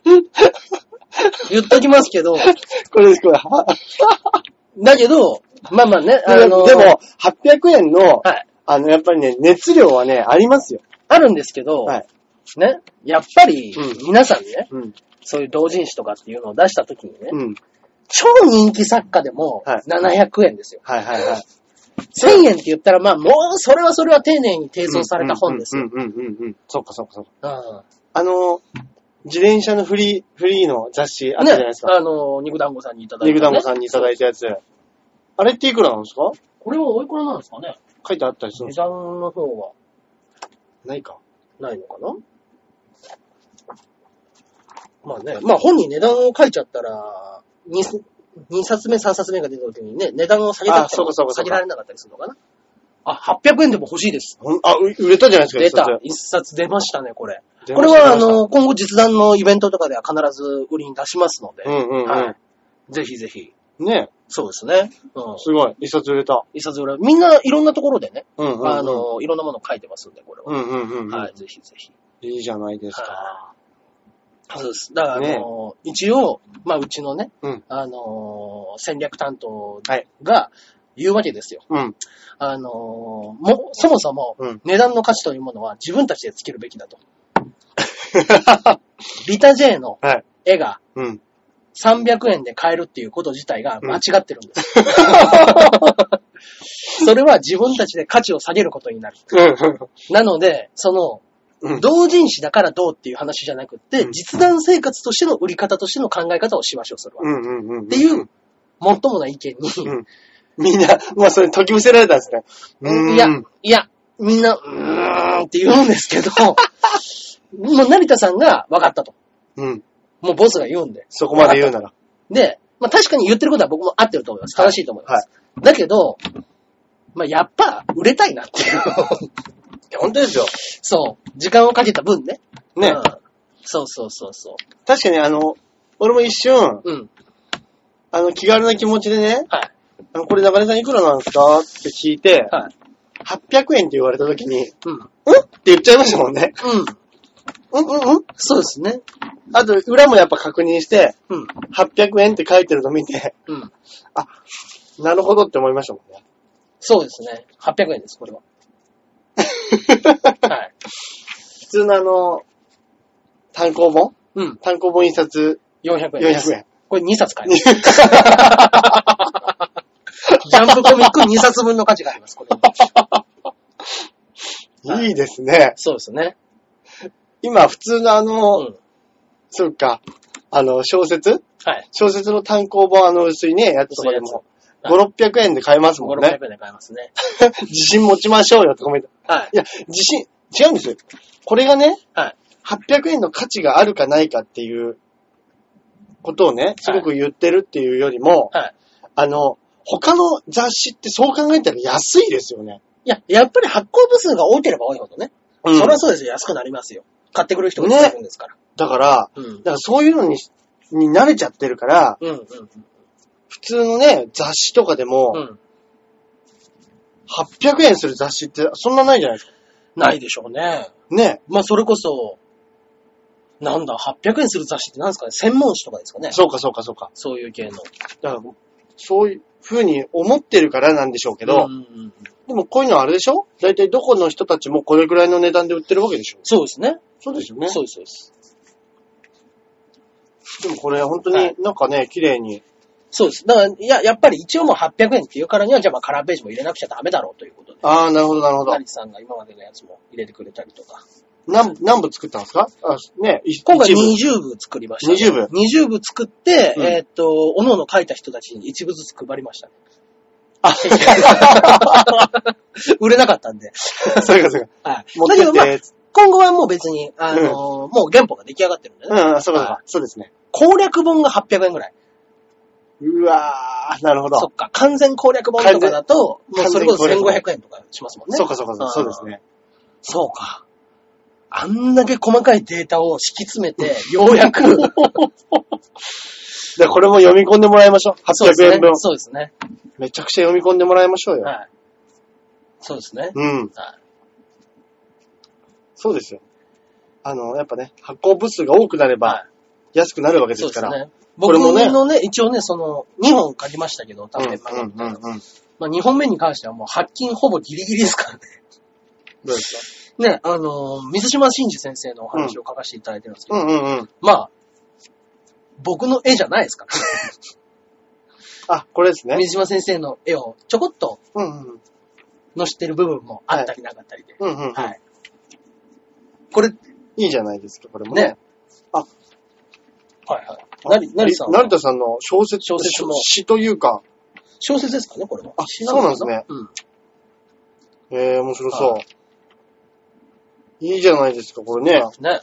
B: 言っときますけど、
A: これです、これ。は
B: だけど、まあまあね、あの、
A: でも、800円の、
B: はい。
A: あの、やっぱりね、熱量はね、ありますよ。
B: あるんですけど、
A: はい。
B: ね、やっぱり
A: う、ん
B: 皆さんね、
A: うん。
B: そういう同人誌とかっていうのを出した時にね、
A: うん。
B: 超人気作家でも
A: はい
B: 700円ですよ。
A: はいはいはい。
B: 1000円って言ったら、まあもう、それはそれは丁寧に提送された本ですよ。
A: うんうんうんうんうん。そっかそっかそっか。
B: うん
A: あの、自転車のフリー、フリーの雑誌あったじゃないですか。
B: ね、あの、肉団子さんにいただいた、ね。
A: 肉団子さんにいただいたやつ。あれっていくらなんですか
B: これはおいくらなんですかね
A: 書いてあったりするん
B: 値
A: です
B: 段の方は
A: かないか。
B: ないのかなまあね、まあ本に値段を書いちゃったら、2, 2冊目、3冊目が出た時にね、値段を下げた
A: あそうかそうかそ
B: 下
A: うか
B: げられなかったりするのかなあ、800円でも欲しいです。
A: ほんあ、う売れたじゃないですか。
B: 出た
A: 一。
B: 1冊出ましたね、これ。
A: 冊
B: これは、あ、の、今後実弾のイベントとかでは必ず売りに出しますので、
A: 出ましたうんうん
B: は
A: う
B: い。ぜひぜひ。
A: ん。ね
B: そうですね。うん。
A: すごい。一冊売れた。
B: 一冊ぐらい。みんないろんなところでね、
A: うんうんうん。
B: あ、の、いろんなものを書いてますんで、これは。
A: うんうんうんうん。
B: はい、ぜひぜひ。
A: いいじゃないですか。
B: はいそうです。だから、あの
A: ね
B: 一応、まあ、うちのね、
A: うん
B: あのー戦略担当
A: はい
B: が言うわけですよ。
A: うん。
B: あのーも、そもそも
A: うん、
B: 値段の価値というものは自分たちでつけるべきだ
A: (laughs)
B: と。ビタ J の
A: はい。
B: 絵が (laughs)
A: うん。
B: 300円で買えるっていうこと自体が間違ってる
A: (laughs)
B: んです。それは自分たちで価値を下げることになる。
A: うん。
B: なので、その、
A: うん
B: 同人誌だからどうっていう話じゃなくって、
A: うん
B: 実弾生活としての売り方としての考え方をしましょう、それは。
A: うんうんうん。っ
B: っていう、。もっともな意見に、
A: うんみんな、まあそれ解き伏せられたんですね。うーん
B: いや、いや、みんな、うーんって言うんですけど、 (laughs) もう成田さんが分かったと。
A: うん。
B: もうボスが言うんで。
A: そこまで言うなら。
B: で、まあ確かに言ってることは僕も合ってると思います。正しいと思います。だけど、まあやっぱ売れたいなっていう。
A: (laughs) 本当ですよ。
B: そう。時間をかけた分ね。
A: ね。
B: うんそうそうそうそ
A: 確かにあの、俺も一瞬、
B: う。うん。
A: あの、気軽な気持ちでね、
B: はい。
A: あの、これ中根さんいくらなんですかって聞いて、
B: はい。
A: 800円って言われた時に、
B: うん。
A: うんって言っちゃいましたもんね。
B: うん。
A: うんうんうん
B: そうですね。
A: あと、裏もやっぱ確認して、
B: うん。
A: 800円って書いてるの見て、
B: うん。
A: なるほどって思いましたもんね。
B: そうですね。800円です、これ (laughs) は。はい。
A: 普通のあの、単行本
B: うん。
A: 単行本印刷
B: 400円です。
A: 400円。
B: これ2冊買い (laughs) ます。ジャンプコミック2冊分の価値があります、これ。はい
A: いいですね。
B: そうですね。
A: 今、普通のあの、
B: うん
A: そうか、あの、小説
B: はい。
A: 小説の単行本、あの、薄いね、やつとかでも、
B: 薄い
A: 5、600円で買えますもん
B: 5、600
A: ね
B: 円。で買えますね。
A: 自信持ちましょうよとかも言って。
B: はい。
A: いや、自信、違うんですよ。これがね、
B: はい。
A: 800円の価値があるかないかっていうことをね、すごく言ってるっていうよりも、
B: はい。
A: あの、他の雑誌ってそう考えたら安いですよね。
B: いや、やっぱり発行部数が多ければ多いほどね。
A: うん
B: そりゃそうですよ。安くなりますよ。買ってくる人がいるんですから。
A: だから、
B: うん
A: だ。からそういうのに、に慣れちゃってるから、
B: うん。
A: 普通のね、雑誌とかでも、
B: うん。うん。
A: 800円する雑誌ってそんなないじゃないですか。
B: ないでしょうね。
A: ね。
B: まあ、それこそ、なんだ、800円する雑誌って何ですかね専門誌とかですかね。
A: そうかそうかそうか。
B: そういう系の。
A: だから、そういう風に思ってるからなんでしょうけ
B: け
A: ど、
B: うんうんうん、
A: でもこういうのはあれでしょ大体どこの人たちもこれくらいの値段で売ってるわけでしょ
B: そうですね。
A: そうですよね
B: そうです、そうです。
A: でもこれ本当
B: は
A: に
B: い
A: なんかね、綺麗に。
B: そうです。だから、いや、やっぱり一応もう800円っていうからには、じゃあまあカラーページも入れなくちゃダメだろうということで。
A: ああ、なるほどなるほど
B: 成。田さんが今までのやつも入れてくれたりとか。
A: 何、何部作ったんですかあ、ね、い
B: 今回
A: 一部
B: 20部作りました、
A: 20部
B: ?20 部作って、
A: うん
B: えーっと、おのおの書いた人たちに1部ずつ配りましたね。
A: あ、
B: (laughs) 売れなかったんで。
A: そうかそうか。
B: はい。
A: 持
B: だけどま
A: っ
B: あ
A: て、って。
B: 今後はもう別に、あのーもう原本が出来上がってるんでね。
A: うん、そうかそうか。そうですね。
B: 攻略本が800円ぐらい。
A: うわー、なるほど。
B: そっか。完全攻略本とかだと、
A: 完全
B: もうそれこそ
A: 完全攻略
B: 1500円とかしますもんね。
A: そうかそうかそうか。
B: あー
A: そうですね。
B: そうか。あんだけ細かいデータを敷き詰めて、よ
A: (laughs)
B: うやく。
A: じゃあこれも読み込んでもらいましょう。
B: そうです
A: 800
B: ね
A: 円分。。
B: そうですね。
A: めちゃくちゃ読み込んでもらいましょうよ。
B: はい。そうですね。
A: うん。
B: はい
A: そうですよ。あの、やっぱね、発行部数が多くなれば
B: は
A: 安くなるわけ
B: い。
A: で
B: そう
A: す
B: で
A: か
B: す
A: ら。
B: ね。
A: こ
B: 僕
A: れもね
B: のね、一応ね、その、2本書きましたけど、短編漫画
A: うんうんうんうん。
B: まあ、2本目に関してはもう発金ほぼギリギリですからね。
A: どうです
B: ね、あのー、水島真嗣先生のお話を書かせていただいてるんですけ
A: か
B: ど、
A: うんうんうん。
B: まあ、僕の絵じゃないですから、
A: あ、これですね。
B: 水島先生の絵をちょこっと
A: うんうん。
B: 載せてる部分もあったりなかったりで。
A: うんうん。
B: はい。
A: い。
B: これ、ね。
A: いいじゃないですか、これもね。あ
B: はいはい。なり、なりさんは。
A: 成田さんの小説、
B: 小説も
A: 詩というか、
B: 小説ですかね、これも。
A: あ
B: 詩のか
A: そうなん
B: うん。
A: えー、面白そう。いいじゃないですか、これね。
B: ね。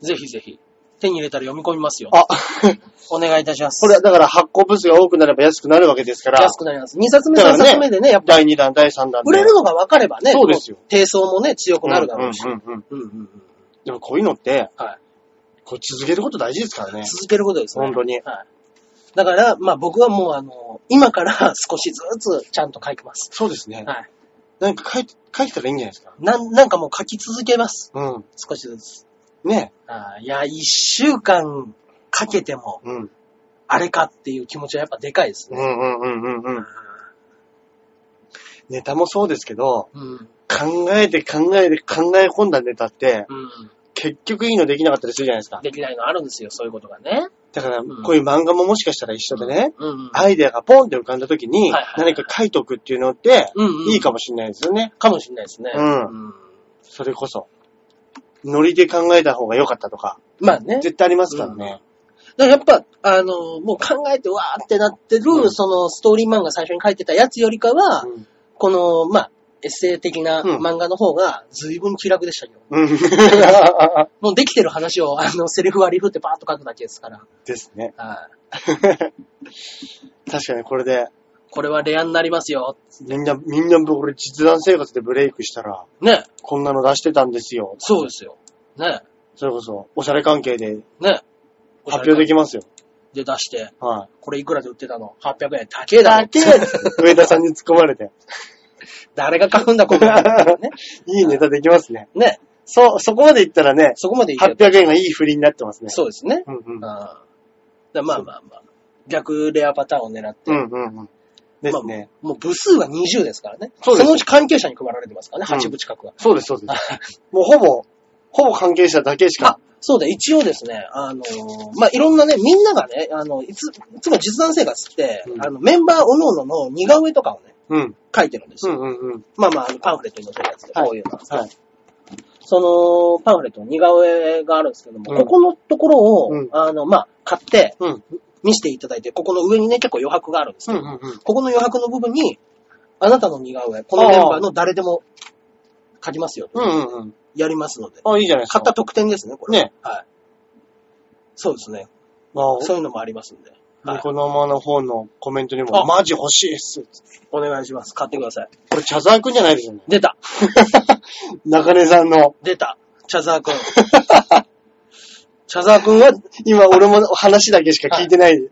B: ぜひぜひ。手に入れたら読み込みますよ。
A: あ、 (laughs)
B: お願いいたします。
A: これはだから発行部数が多くなれば安くなるわけですから
B: 安、くなります。2冊目、
A: だから
B: 3
A: ね
B: 冊目でね、やっぱ
A: 第2弾、第3弾で。
B: 売れるのが分かればね、
A: そうですよ
B: こう低層もね、強くなるだろうし。
A: うんうんうんうん
B: うんうんうん。
A: でもこういうのって、
B: はい。
A: こう続けること大事ですからね。
B: 続けることですね。
A: 本当に。
B: はい。だから、まあ僕はもうあの、今から (laughs) 少しずつちゃんと書いてます。
A: そうですね。
B: はい。
A: なんか書いて、書いてたらいいんじゃないですか。
B: なん、なんかもう書き続けます。
A: うん。
B: 少しずつ。
A: ね。
B: あーいや、一週間かけても、
A: うん。
B: あれかっていう気持ちはやっぱでかいです
A: う
B: ね。
A: んうんうんうんうん。ネタもそうですけど、
B: うん。
A: 考えて考えて考え込んだネタって、
B: うん。
A: 結局いいのできなかったりするじゃないですか。
B: できないのあるんですよ、そういうことがね。
A: だから、
B: ん
A: こういう漫画ももしかしたら一緒でね、
B: うんうん。
A: アイデアがポンって浮かんだ時に
B: はいは、いは
A: 何
B: い
A: か書いとくっていうのって、
B: うんうん
A: いいかもしれないですよね。
B: かもしれないですね。
A: うん
B: うん
A: それこそ。ノリで考えた方が良かったとか、
B: まあね。
A: 絶対ありますからね。
B: だからやっぱ、あの、もう考えてわーってなってる、
A: うん
B: そのストーリー漫画最初に書いてたやつよりかは、
A: うん
B: この、まあ、エッセイ的な
A: うん
B: 漫画の方が随分気楽でしたよ。
A: うん。
B: もうできてる話を、あの、セリフ割り振ってパーッと書くだけですから。
A: (laughs) ですね。
B: はい
A: 確かにこれで、
B: これはレアになりますよ。
A: みんな、みんな僕、実弾生活でブレイクしたら、
B: ね。
A: こんなの出してたんですよ。
B: そうですよ。ね。
A: それこそ、おしゃれ関係で
B: ね。
A: 発表できますよ。
B: で出して、
A: はい。
B: これいくらで売ってたの ?800 円。高えだろ。
A: (laughs) 上田さんに突っ込まれて。
B: 誰が買うんだ、
A: (laughs)
B: ここは。ね。
A: いいネタできますね。
B: ね。
A: そう、そこまでいったらね、
B: そこまでいける。
A: 800円がいい振りになってますね。
B: そうですね。
A: うんうん。
B: ああだまあまあまあ。逆レアパターンを狙って。
A: うんうんうん。ですね。
B: もう部数が20ですからね。
A: そうです
B: のうち関係者に配られてますからね、
A: うん
B: 8部近くは。
A: そうです、そうです。 (laughs) もうほぼ、ほぼ関係者だけし
B: あ
A: か。、
B: そうだ、一応ですね、あのーまあ、いろんなね、みんながね、あの、いつ、いつも実弾生活って、
A: うん
B: あの、メンバー各々の似顔絵とかをね、
A: うん。
B: 書いてるんです
A: う
B: よ。
A: んうんうん。
B: まあまああの、パンフレットに載せるやつで、
A: はい
B: こういうの。
A: はい。
B: その、パンフレットの似顔絵があるんですけども、
A: うん
B: ここのところを、
A: うん
B: あの、まあ、買って、
A: うん。
B: 見せていただいて、ここの上にね、結構余白があるんです
A: う
B: よ
A: んうんうん。
B: ここの余白の部分に、あなたの似顔絵、このメンバーの誰でも書きますよ。
A: うんうんうん。
B: やりますので。
A: あ、いいじゃないですか。
B: 買った特典ですね、これ。
A: ね。
B: はい。そうですね。
A: まあ、
B: そういうのもありますんで。はい
A: ニコ生の方のコメントにも、
B: あ
A: マジ欲しいっす。
B: お願いします。買ってください。
A: これ、茶沢くんじゃないですよね。
B: 出た
A: 中根さんの。
B: 出た茶沢 (laughs) くん。茶沢くんは、
A: 今、俺も話だけしか聞いてない、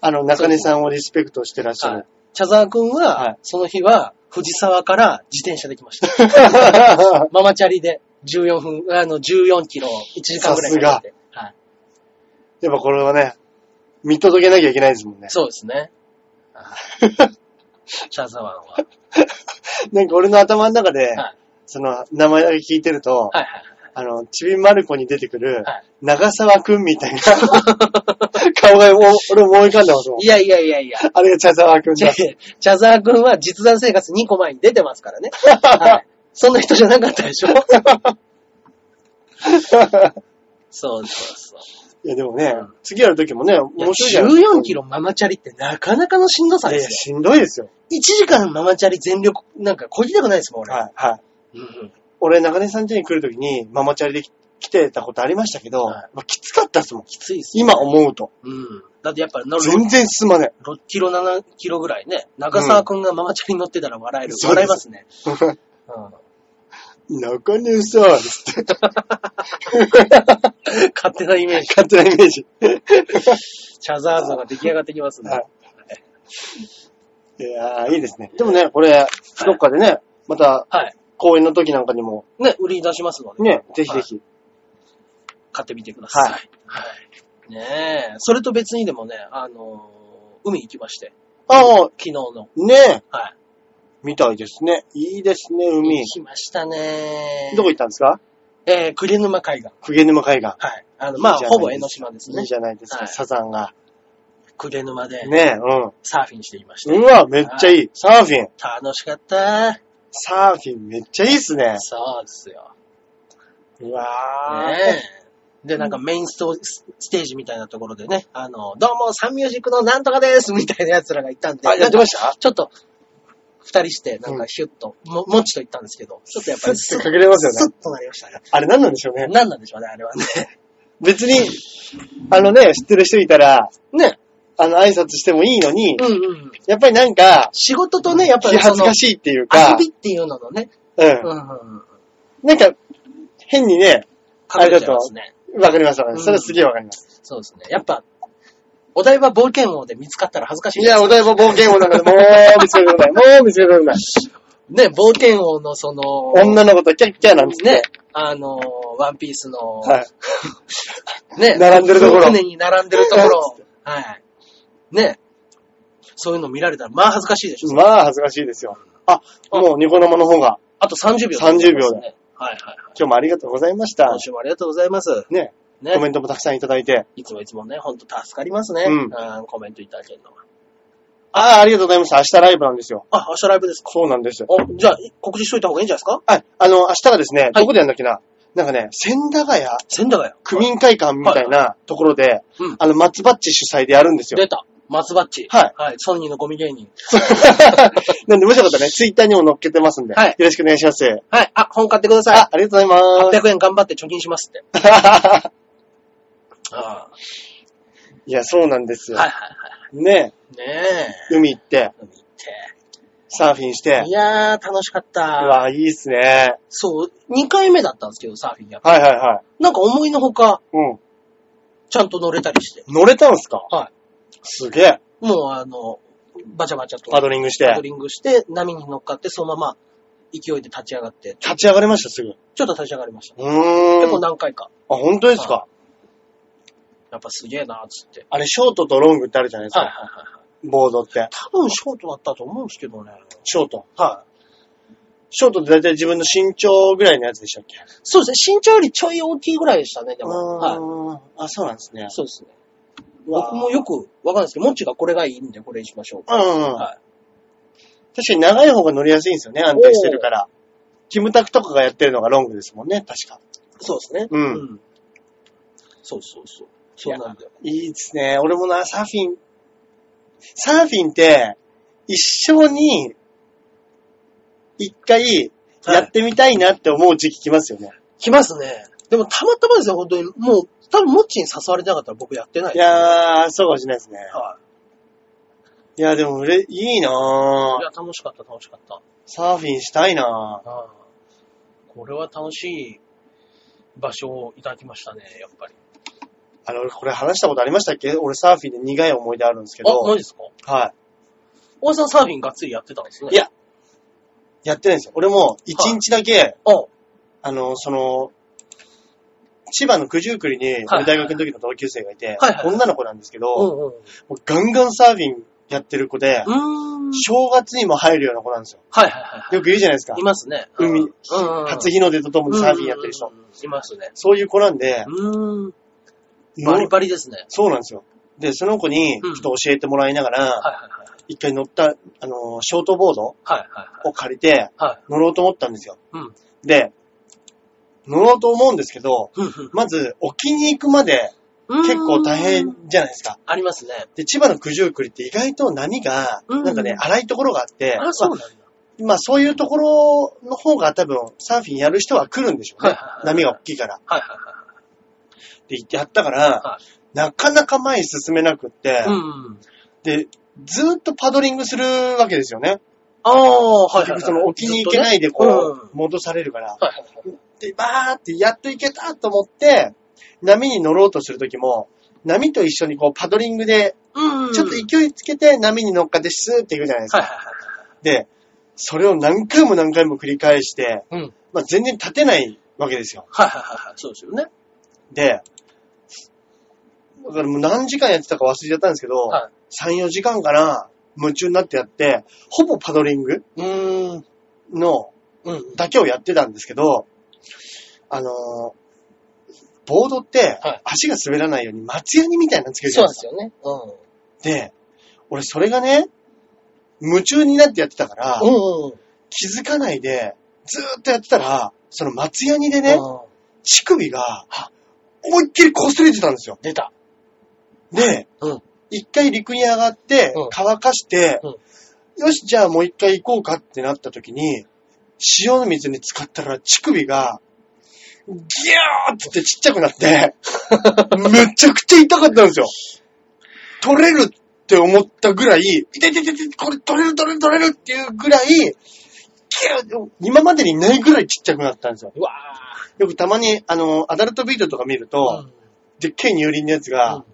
A: あの、中根さんをリスペクトしてらっしゃ
B: はい
A: る。
B: 茶沢くんは、
A: はい
B: その日は、藤沢から自転車できました。 (laughs) ママチャリで14分、あの、14キロ、1時間ぐらいかけて。はい。
A: (laughs) やっぱこれはね、見届けなきゃいけないですもんね。
B: そうですね。 (laughs) はい茶沢は。
A: なんか俺の頭の中で、
B: はい
A: その、名前だけ聞いてると、
B: はいはい。
A: あの、ちびまる子に出てくる
B: はい、
A: 長沢くんみ (laughs) たいな顔がもう俺思い浮かんでますもん
B: い。やいやいやいや。
A: あれが茶沢くん
B: (laughs) チャ
A: だ。
B: チャザー君は実弾生活2個前に出てますからね。はい、そんな人じゃなかったでしょ (laughs) そうそうそう。
A: いやでもね
B: うん、
A: 次やる時もね、
B: いや
A: 面白いじゃないですか
B: 14キロママチャリってなかなかのしんどさ
A: いや
B: で
A: い
B: す
A: や、し
B: よ。
A: んどいですよ。
B: 1時間ママチャリ全力、なんかこぎたくないですもん、俺。
A: はい、はい。
B: うんうん
A: 俺、中根さん家に来るときに、ママチャリで来てたことありましたけど、
B: はい
A: まあきつかったっすもん。
B: きついっすよ。
A: 今思うと。
B: うん。だってやっぱな6
A: 全然進まない。
B: キロ、7キロぐらいね、中沢君がママチャリ乗ってたら笑える。
A: そうです
B: 笑えますね。う
A: (laughs) 中根さん、つって
B: ん、勝手なイメージ。
A: 勝手なイメージ。 (laughs)
B: チャザー像が出来上がってきますね。
A: はいいやー、いいですね。でもね、これ、どっかでね、また、
B: はい。
A: 公演の時なんかにも、
B: ね、売り出しますので。
A: ね、ぜひぜひ。
B: 買ってみてください。
A: は
B: はい。ねえ、それと別にでもね、あのー海行きまして、
A: あ、も
B: 昨日の。
A: う、ね、
B: はい。
A: みたいですね。いいですね、海
B: 行。きましたね。
A: どこ行ったんですか
B: えー、栗沼海岸。
A: 鵠沼海岸。
B: はい。あの、
A: いいじゃ
B: ま
A: ない
B: あ、
A: ですか
B: ほぼ江ノ島です
A: い
B: ね
A: い。じゃないですか、
B: はい
A: サザンが。
B: 栗沼で
A: ね、う
B: サーフィンしていました。
A: ん。うわ、めっちゃいい。サーフィン。
B: 楽しかった。
A: サーフィンめっちゃいいっすね。
B: そうですよ。
A: うわー。
B: ねえ。で、なんかメインストステージみたいなところでね、あの、どうも、サンミュージックのなんとかですみたいな奴らがいたんで。
A: あ、やってました
B: ちょっと、二人して、なんかヒュッと、も、もっちと行ったんですけど、ちょっとやっぱり
A: ス
B: ス
A: ッ
B: ッ、
A: て隠れますよね
B: スッとなりましたね。
A: あれ何なんでしょうね。
B: (laughs) 何なんでしょうね、あれはね。
A: 別に、あのね、知ってる人いたら、
B: ね。
A: あの、挨拶してもいいのに、
B: うんうん。
A: やっぱりなんか、
B: 仕事とね、やっぱ
A: 気
B: りそ
A: 恥ず
B: の、
A: か
B: 遊
A: しいっていうか、
B: びっていうののね、
A: う
B: うん
A: ん。
B: うんうん。
A: なんか、変にね、
B: 隠れちゃいますね。
A: わかりますわかります。
B: うん
A: それはすげえわかります。
B: そうですね。やっぱ、お台場冒険王で見つかったら恥ずかしい
A: い
B: です
A: や、お台場冒険王なんかでもう見つけてくれない。もう見つけてくれない。
B: ね、冒険王のその、
A: 女の子とキャッキャなんつって。
B: ね、あの、ワンピースの、
A: はい。
B: ね、
A: 並んでるところ
B: 船に並んでる
A: (laughs)
B: ところ、はい。ね、そういうの見られたら、まあ恥ずかしいでしょ。
A: まあ、恥ずかしいですよ。あ、もうニコ生の方が、
B: あと30秒、
A: 30秒
B: で。はいはいはい。
A: 今日もありがとうございました。
B: 今週もありがとうございます。
A: ね、
B: ね
A: コ。メントもたくさんいただいて。
B: いつもいつもね、ほんと助かりますね。
A: うん
B: あーコメントいただけるのは。
A: ああ、ありがとうございます。明日ライブなんですよ。
B: あ、明日ライブですか
A: そうなんです。
B: あ、じゃあ、告知しといた方がいいんじゃないですか
A: はい、あの、明日がですね、
B: はい
A: どこでやんだっけな、なんかね、千駄ヶ谷
B: 千駄ヶ谷。
A: 区民会館みたいなところで、
B: うん
A: あの、松バッチ主催でやるんですよ。
B: 出た。松バッチ。
A: はい。
B: はい。ソニーのゴミ芸人。
A: (laughs) なんで、もしよかったらね、ツイッターにも載っけてますんで、
B: はい
A: よろしくお願いします。
B: はい。あ、本買ってください
A: あ、。ありがとうございま
B: 800円頑張って貯金しますって。
A: す。
B: あ
A: (laughs) いや、そうなんです
B: あ
A: よ。
B: はいはいは
A: ね
B: い。ねえ。
A: 海行って、
B: 海行っ
A: サーフィンして
B: て。い、やー、楽しかっ
A: う
B: た。
A: わ、いいっすね。
B: そう、2回目だったんですけど、サーフィンやっぱ
A: はいはいはい。
B: なんか思いのほか、
A: う
B: ちゃんと乗れたりして。
A: ん。乗れたんすか
B: は
A: すげえ。
B: い。もうあの、バチャバチャと
A: パドリングし
B: パ
A: て
B: ド。リングして、波に乗っかって、そのまま勢いで立ち上がって、
A: 立ち上がりました、すぐ。う
B: ちょっと立ち上がりました。
A: ー
B: 結構
A: ん。あ、
B: 何回か。
A: 本当ですか
B: やっぱすげえなーっつって。
A: あれ、ショートとロングってあるじゃないです
B: はいはい
A: か。
B: はいはい。
A: ボードって。
B: 多分ショートだったと思うんですけどね。
A: ショート。
B: はい。
A: ショートって大体自分の身長ぐらいのやつでしたっけ
B: そうですね。身長よりちょい大きいぐらいでしたね、でも。はい。
A: はい。あ、そうなんですね。
B: そうですね。
A: うわー
B: 僕もよくわかんないですけど、もっちがこれがいいんでこれにしましょう
A: う
B: か。
A: んうんうん。
B: はい。
A: 確かに長い方が乗りやすいんですよね、安定してるから。キムタクとかがやってるのがロングですもんね、確か。
B: そうですね。
A: うん
B: ん。そうそうそう。そうなんだよ。
A: いいですね。俺もな、サーフィン。サーフィンって、一生に、一回、やってみたいなって思う時期来ますよね。
B: 来ますね。でもたまたまですよ、本当に。もう、多分もっちに誘われてなかったら僕やってない
A: い、
B: ですね。
A: やー、そうかもしれないですね。
B: はい
A: や、でも俺、いい
B: い。い
A: なぁ。
B: や、楽しかった、楽しかった。
A: サーフィンしたいなぁ。
B: ああこれは楽しい場所をいただきましたね、やっぱり。
A: あの、俺これ話したことありましたっけ俺サーフィンで苦い思い出あるんですけ
B: あ、マ
A: ど。
B: ジですか
A: は
B: 大橋さんサーフィンがっつりやってたんですね。
A: いやい。やってないんですよ。俺も、一日だけ、
B: あ、
A: あの、その、千葉の九十九里に、
B: はい
A: 俺大学の時の同級生がいて、
B: はいはい
A: 女の子なんですけど、
B: うんうん。う
A: もうガンガンサーフィンやってる子で、
B: ーん。
A: 正月にも入るような子なんですよ。
B: はいはいはいは
A: よく言うじゃないですか
B: い。い。ますね。
A: 海
B: うんうん。
A: 初日の出とともにサーフィンやってる人。
B: うんうんうん。いますね。
A: そういう子なんで、
B: うーん。
A: 乗
B: バ
A: る
B: リバリですね。
A: そうなんですよ。で、その子に、ち
B: う
A: ょ
B: ん
A: っと教えてもらいながら、
B: はいはいはい。
A: 一回乗った、あの、ショートボード
B: はいはい
A: を借りて、
B: はい。はい。
A: 乗ろうと思ったんですよ。
B: うん。
A: で、乗ろうと思うんですけど、
B: ふんふん
A: まず、沖に行くまで結構大変。じゃないですか。
B: ありますね。
A: で、千葉の九十九里って意外と波が、
B: うん
A: なんかね、荒いところがあって、
B: あ、そうなんだ。
A: まあ、まあそういうところの方が多分、サーフィンやる人は来るんでしょう
B: はい
A: ね
B: はいは。い
A: 波が大きいから。
B: はいはいは
A: で、やったから
B: は、
A: なかなか前に進めなくって
B: い。、うん。
A: で、ずーっとパドリングするわけですよね。
B: ああ、
A: 結
B: はいはいはい。
A: 局その沖に行けないでこ
B: ずっとね
A: う、
B: うん
A: 戻されるから。
B: はいはいはい。
A: で、バーってやっと行けたと思って、波に乗ろうとするときも、波と一緒にこうパドリングで、
B: うんうん。
A: ちょっと勢いつけて波に乗っかってスーって行くじゃないですか
B: はいはいはい。
A: で、それを何回も何回も繰り返して、
B: うん。
A: まあ、全然立てないわけですよ。
B: はいはいはいはい。そうですよね。
A: で、だからもう何時間やってたか忘れちゃったんですけど、
B: は
A: 3、4時間かな、夢中になってやって、ほぼパドリング
B: い。うーん。
A: の、
B: うん。
A: だけをやってたんですけど、あのーボードって
B: はい
A: 足が滑らないように松ヤニみたいなのつけるじ
B: そ
A: ゃ
B: う
A: な
B: ないん
A: で
B: ですすよね。うん。
A: か。で、俺それがね、夢中になってやってたから、
B: うんうん。
A: 気づかないで、ずーっとやってたら、その松ヤニでね、
B: うん
A: 乳首が、思いっきり擦れてたんですよ。
B: 出た。
A: で、
B: うん。
A: 一回陸に上がって
B: うん、
A: 乾かして、
B: うん
A: よし、じゃあもう一回行こうかってなった時に、塩の水に浸かったら乳首が、ギャーってってちっちゃくな
B: (laughs)
A: って、めちゃくちゃ痛かったんですよ。取れるって思ったぐらい、痛い痛い痛い痛い、これ取れる取れる取れるっていうぐらい、ギュー今までにないぐらいちっちゃくなったんですよ。
B: うわ
A: よくたまに、あの、アダルトビデオとか見ると、
B: ー。
A: でっけえ乳輪のやつ
B: う
A: が
B: ん、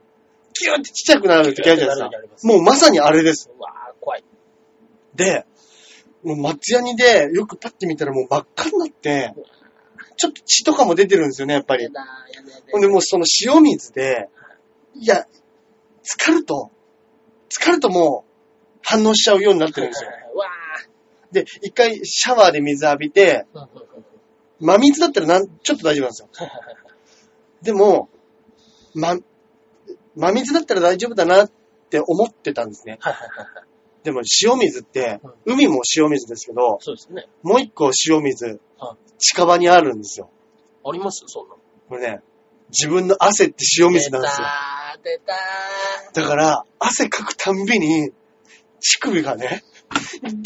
A: キューってちっちゃくなる時あるじゃない
B: キューってなる時あり
A: で
B: ますす
A: か。もうまさにあれです。
B: うわー、怖い。
A: で、もう松ヤニで、よくパッて見たらもう真っ赤になって、ちょっと血とかも出てるんですよね、やっぱり
B: や。だー、やだやだ
A: ほんでもうその塩水で、いや、浸かると、浸かるともう反応しちゃうようになってるんですよ。
B: うわ
A: で、一回シャワーで水浴びて、
B: ー。うんうんうん
A: 真水だったらなんちょっと大丈夫なんですよ。でも、ま、真水だったら大丈夫だなって思ってたんですね。
B: はいはいはいはい。
A: でも塩水って
B: うん、
A: 海も塩水ですけど、
B: そうですね。
A: もう一個塩水
B: は、
A: 近場にあるんですよ。
B: あありますそんなの。
A: これね、自分の汗って塩水なんですよ。
B: 出た
A: だから、汗かくたんびに、乳首がね、ギューっ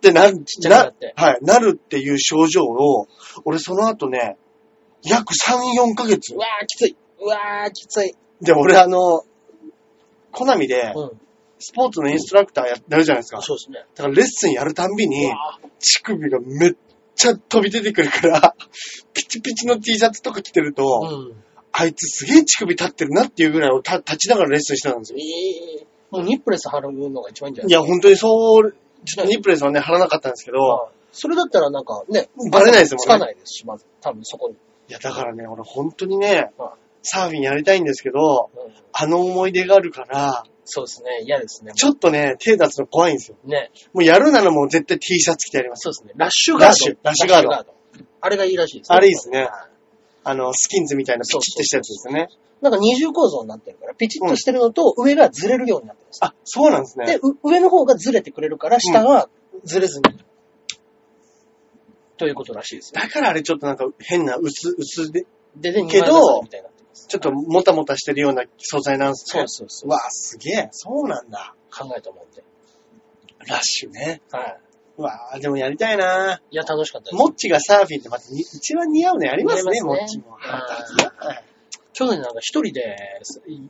A: てなる、
B: ちゃくなって
A: はい、なるっていう症状を、俺その後ね、約3、4ヶ月
B: ー。う。わー、きつい。うわー、きつい。
A: で、俺あの、コナミで、
B: うん。
A: スポーツのインストラクターややるじゃないですか。だ
B: そうですね。
A: からレッスンやるたんび
B: う
A: に、
B: わー
A: 乳首がめっちゃ飛び出てくるから、 (laughs) ピチピチの T シャツとか着てると、
B: うん。
A: あいつすげえ乳首立ってるなっていうぐらいをた立ちながらレッスンしてたんですよ。
B: えー、もうニップレス貼るのが一番いいんじゃない
A: い
B: です
A: や、
B: か。
A: 本当にそう、ちょっとニップレスはね、貼らなかったんですけど、
B: はいそれだったらなんかね、
A: バレないですもんね
B: つかないですし、まず、多分そこに。
A: いや、だからね、俺本当にね
B: は、
A: サーフィンやりたいんですけど、
B: うん
A: あの思い出があるから、
B: そうですね、嫌ですね。
A: ちょっとね、手出すの怖いんですよ。
B: ね、
A: もうやるならもう絶対 T シャツ着てやります。
B: そうですね、ラッシュガード。
A: ラッシュラッシュガード
B: あれがいいらしいです
A: あれいいですね
B: はい
A: あの、スキンズみたいなピチってしたやつですよね。
B: なんか二重構造になってるから、ピチッとしてるのと上がずれるようになってます。
A: あ、そうなんです
B: で
A: ね。、
B: う上の方がずれてくれるから、下がずれずに、ということらしいですよ。
A: だからあれちょっとなんか変な薄、薄で、
B: で、で、
A: けど
B: 二枚重ねみたいになってます
A: ちょっと
B: はい
A: もたもたしてるような素材なんです
B: そう
A: ね。
B: そうそう
A: う。わあすげえ。そうなんだ。
B: 考えたもんで。
A: ラッシュね。
B: はい。
A: うわあでもやりたいない
B: や、楽しかったです。
A: モッチがサーフィンってまたに一番似合うのやりますね、
B: 似合
A: モ
B: い
A: ッ
B: ます
A: チ
B: ね
A: も。
B: 去年なんか一人で、い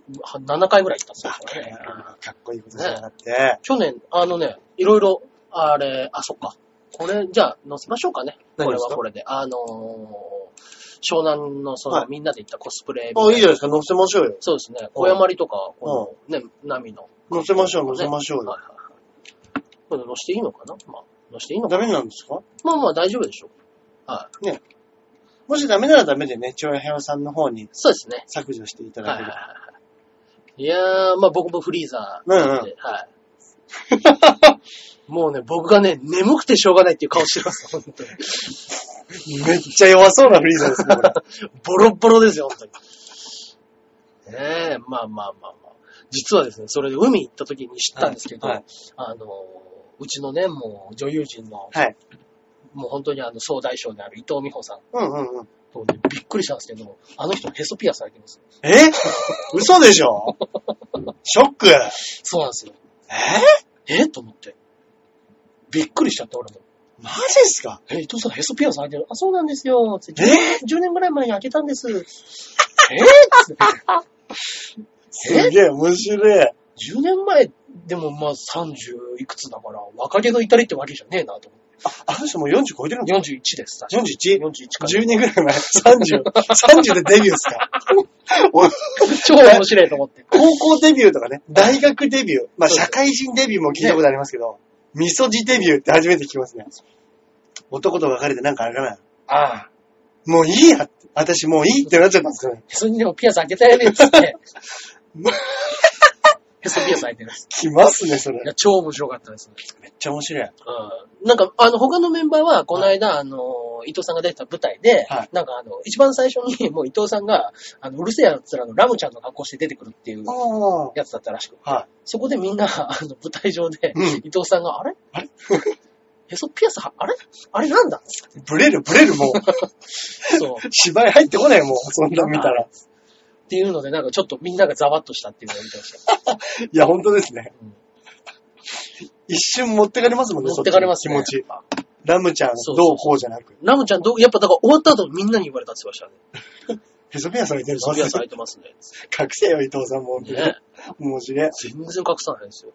B: 7回ぐらい行ったんですよ、ね。
A: かっこいいことじゃなくて。
B: 去年、あのね、いろいろ、あれ、あ、そっか。これ、じゃあ、載せましょうかね。こ
A: 何
B: れ
A: です
B: は
A: か
B: これで。あのー湘南の、その、
A: はい
B: みんなで行ったコスプレみた
A: あ、いいじゃない
B: な。
A: ですか。乗せましょうよ。
B: そうですね。小山りとか、この、ね、波の。
A: 乗せましょう、乗せましょう
B: はい
A: よ。
B: はいはい。これ載していいのかなまあ、載していいのか
A: ダメなんですか
B: まあまあ大丈夫でしょう。はい。
A: もしダメならダメでね、長平さんの方に
B: そうですね。
A: 削除していた
B: はいは
A: だ
B: い
A: け
B: はい
A: る。
B: はい。いやー、まあ僕もフリーザ
A: う
B: ー
A: ん
B: なん
A: う
B: で、
A: (laughs)
B: はい。もうね、僕がね、眠くてしょうがないっていう顔してます、本当に。
A: ん。めっちゃ弱そうなフリーザーですね、これ
B: (laughs) ボロッボロですよ、本当に。ねえ、まあまあまあまあ。実はですね、それで海行った時に知ったんですけど、
A: はいはい
B: あの、うちのね、もう女優陣の、
A: はい。
B: もう本当にあの、総大将である伊藤美穂さん
A: うんうんうん。
B: とね、びっくりしたんですけど、あの人ヘソピアされてます。
A: え嘘でしょショック。え
B: そうなんですよ。えと思って。びっくりしちゃって、俺も。
A: マジっすか
B: え、伊藤さんヘソピアス開いてるあ、そうなんですよ。つって
A: え
B: 10, 年ぐらい前に開けたんです。えーつって
A: すげえ、面白い。
B: 10年前でもまあ30いくつだから、若気の至りってわけじゃねえなと思って。
A: あの人もう40超えてるの
B: 41です、確か
A: ?41?12
B: 41か
A: ぐらい前 ?30?30 でデビューっす
B: (laughs)
A: かお
B: 超面白いと思って。
A: 高校デビューとかね、大学デビュー、まあ
B: そうです
A: 社会人デビューも聞いたことありますけど、味噌汁デビューって初めて聞きますね。男と別れてなんかあれかな。
B: ああ。
A: もういいやって私もういいってなっちゃったんですよね。
B: それにでもピアス開けたやねっつ (laughs) って。ヘソピアス開いてます。
A: 来ますね、それ
B: い。や、超面白かったですね。
A: めっちゃ面白い。
B: うんなんか、あの、他のメンバーは、この間、あの、伊藤さんが出てた舞台で、
A: はい
B: なんか、あの、一番最初に、もう伊藤さんが、あの、うるせえやつらのラムちゃんの格好して出てくるっていう
A: あ
B: やつだったらしく、
A: あ。はい。
B: そこでみんな、 (laughs) あの、舞台上で、
A: うん
B: 伊藤さんが、あれ
A: あれ
B: へそピアスは、あれあれなんだ
A: ブレる、ブレる、もう。
B: そう。
A: 芝居入ってこない、もう。そんなん見たら。
B: っていうので、なんかちょっとみんながざわっとしたっていうのを見てました。
A: いや、本当ですね
B: うん。
A: 一瞬持ってかれますもんね、
B: 持ってかれます
A: そ
B: ね。
A: っちの気持ち。ラムちゃん、
B: そう
A: どうこうじゃなく。
B: ラムちゃん、どう、やっぱだから終わった後みんなに言われたって言ってましたね。
A: へそピアス開いて
B: ヘ
A: る
B: ソピアス開いてますね。
A: 隠せよ、伊藤さんも。
B: ね
A: 面白い。へ
B: 全然隠さないですよ。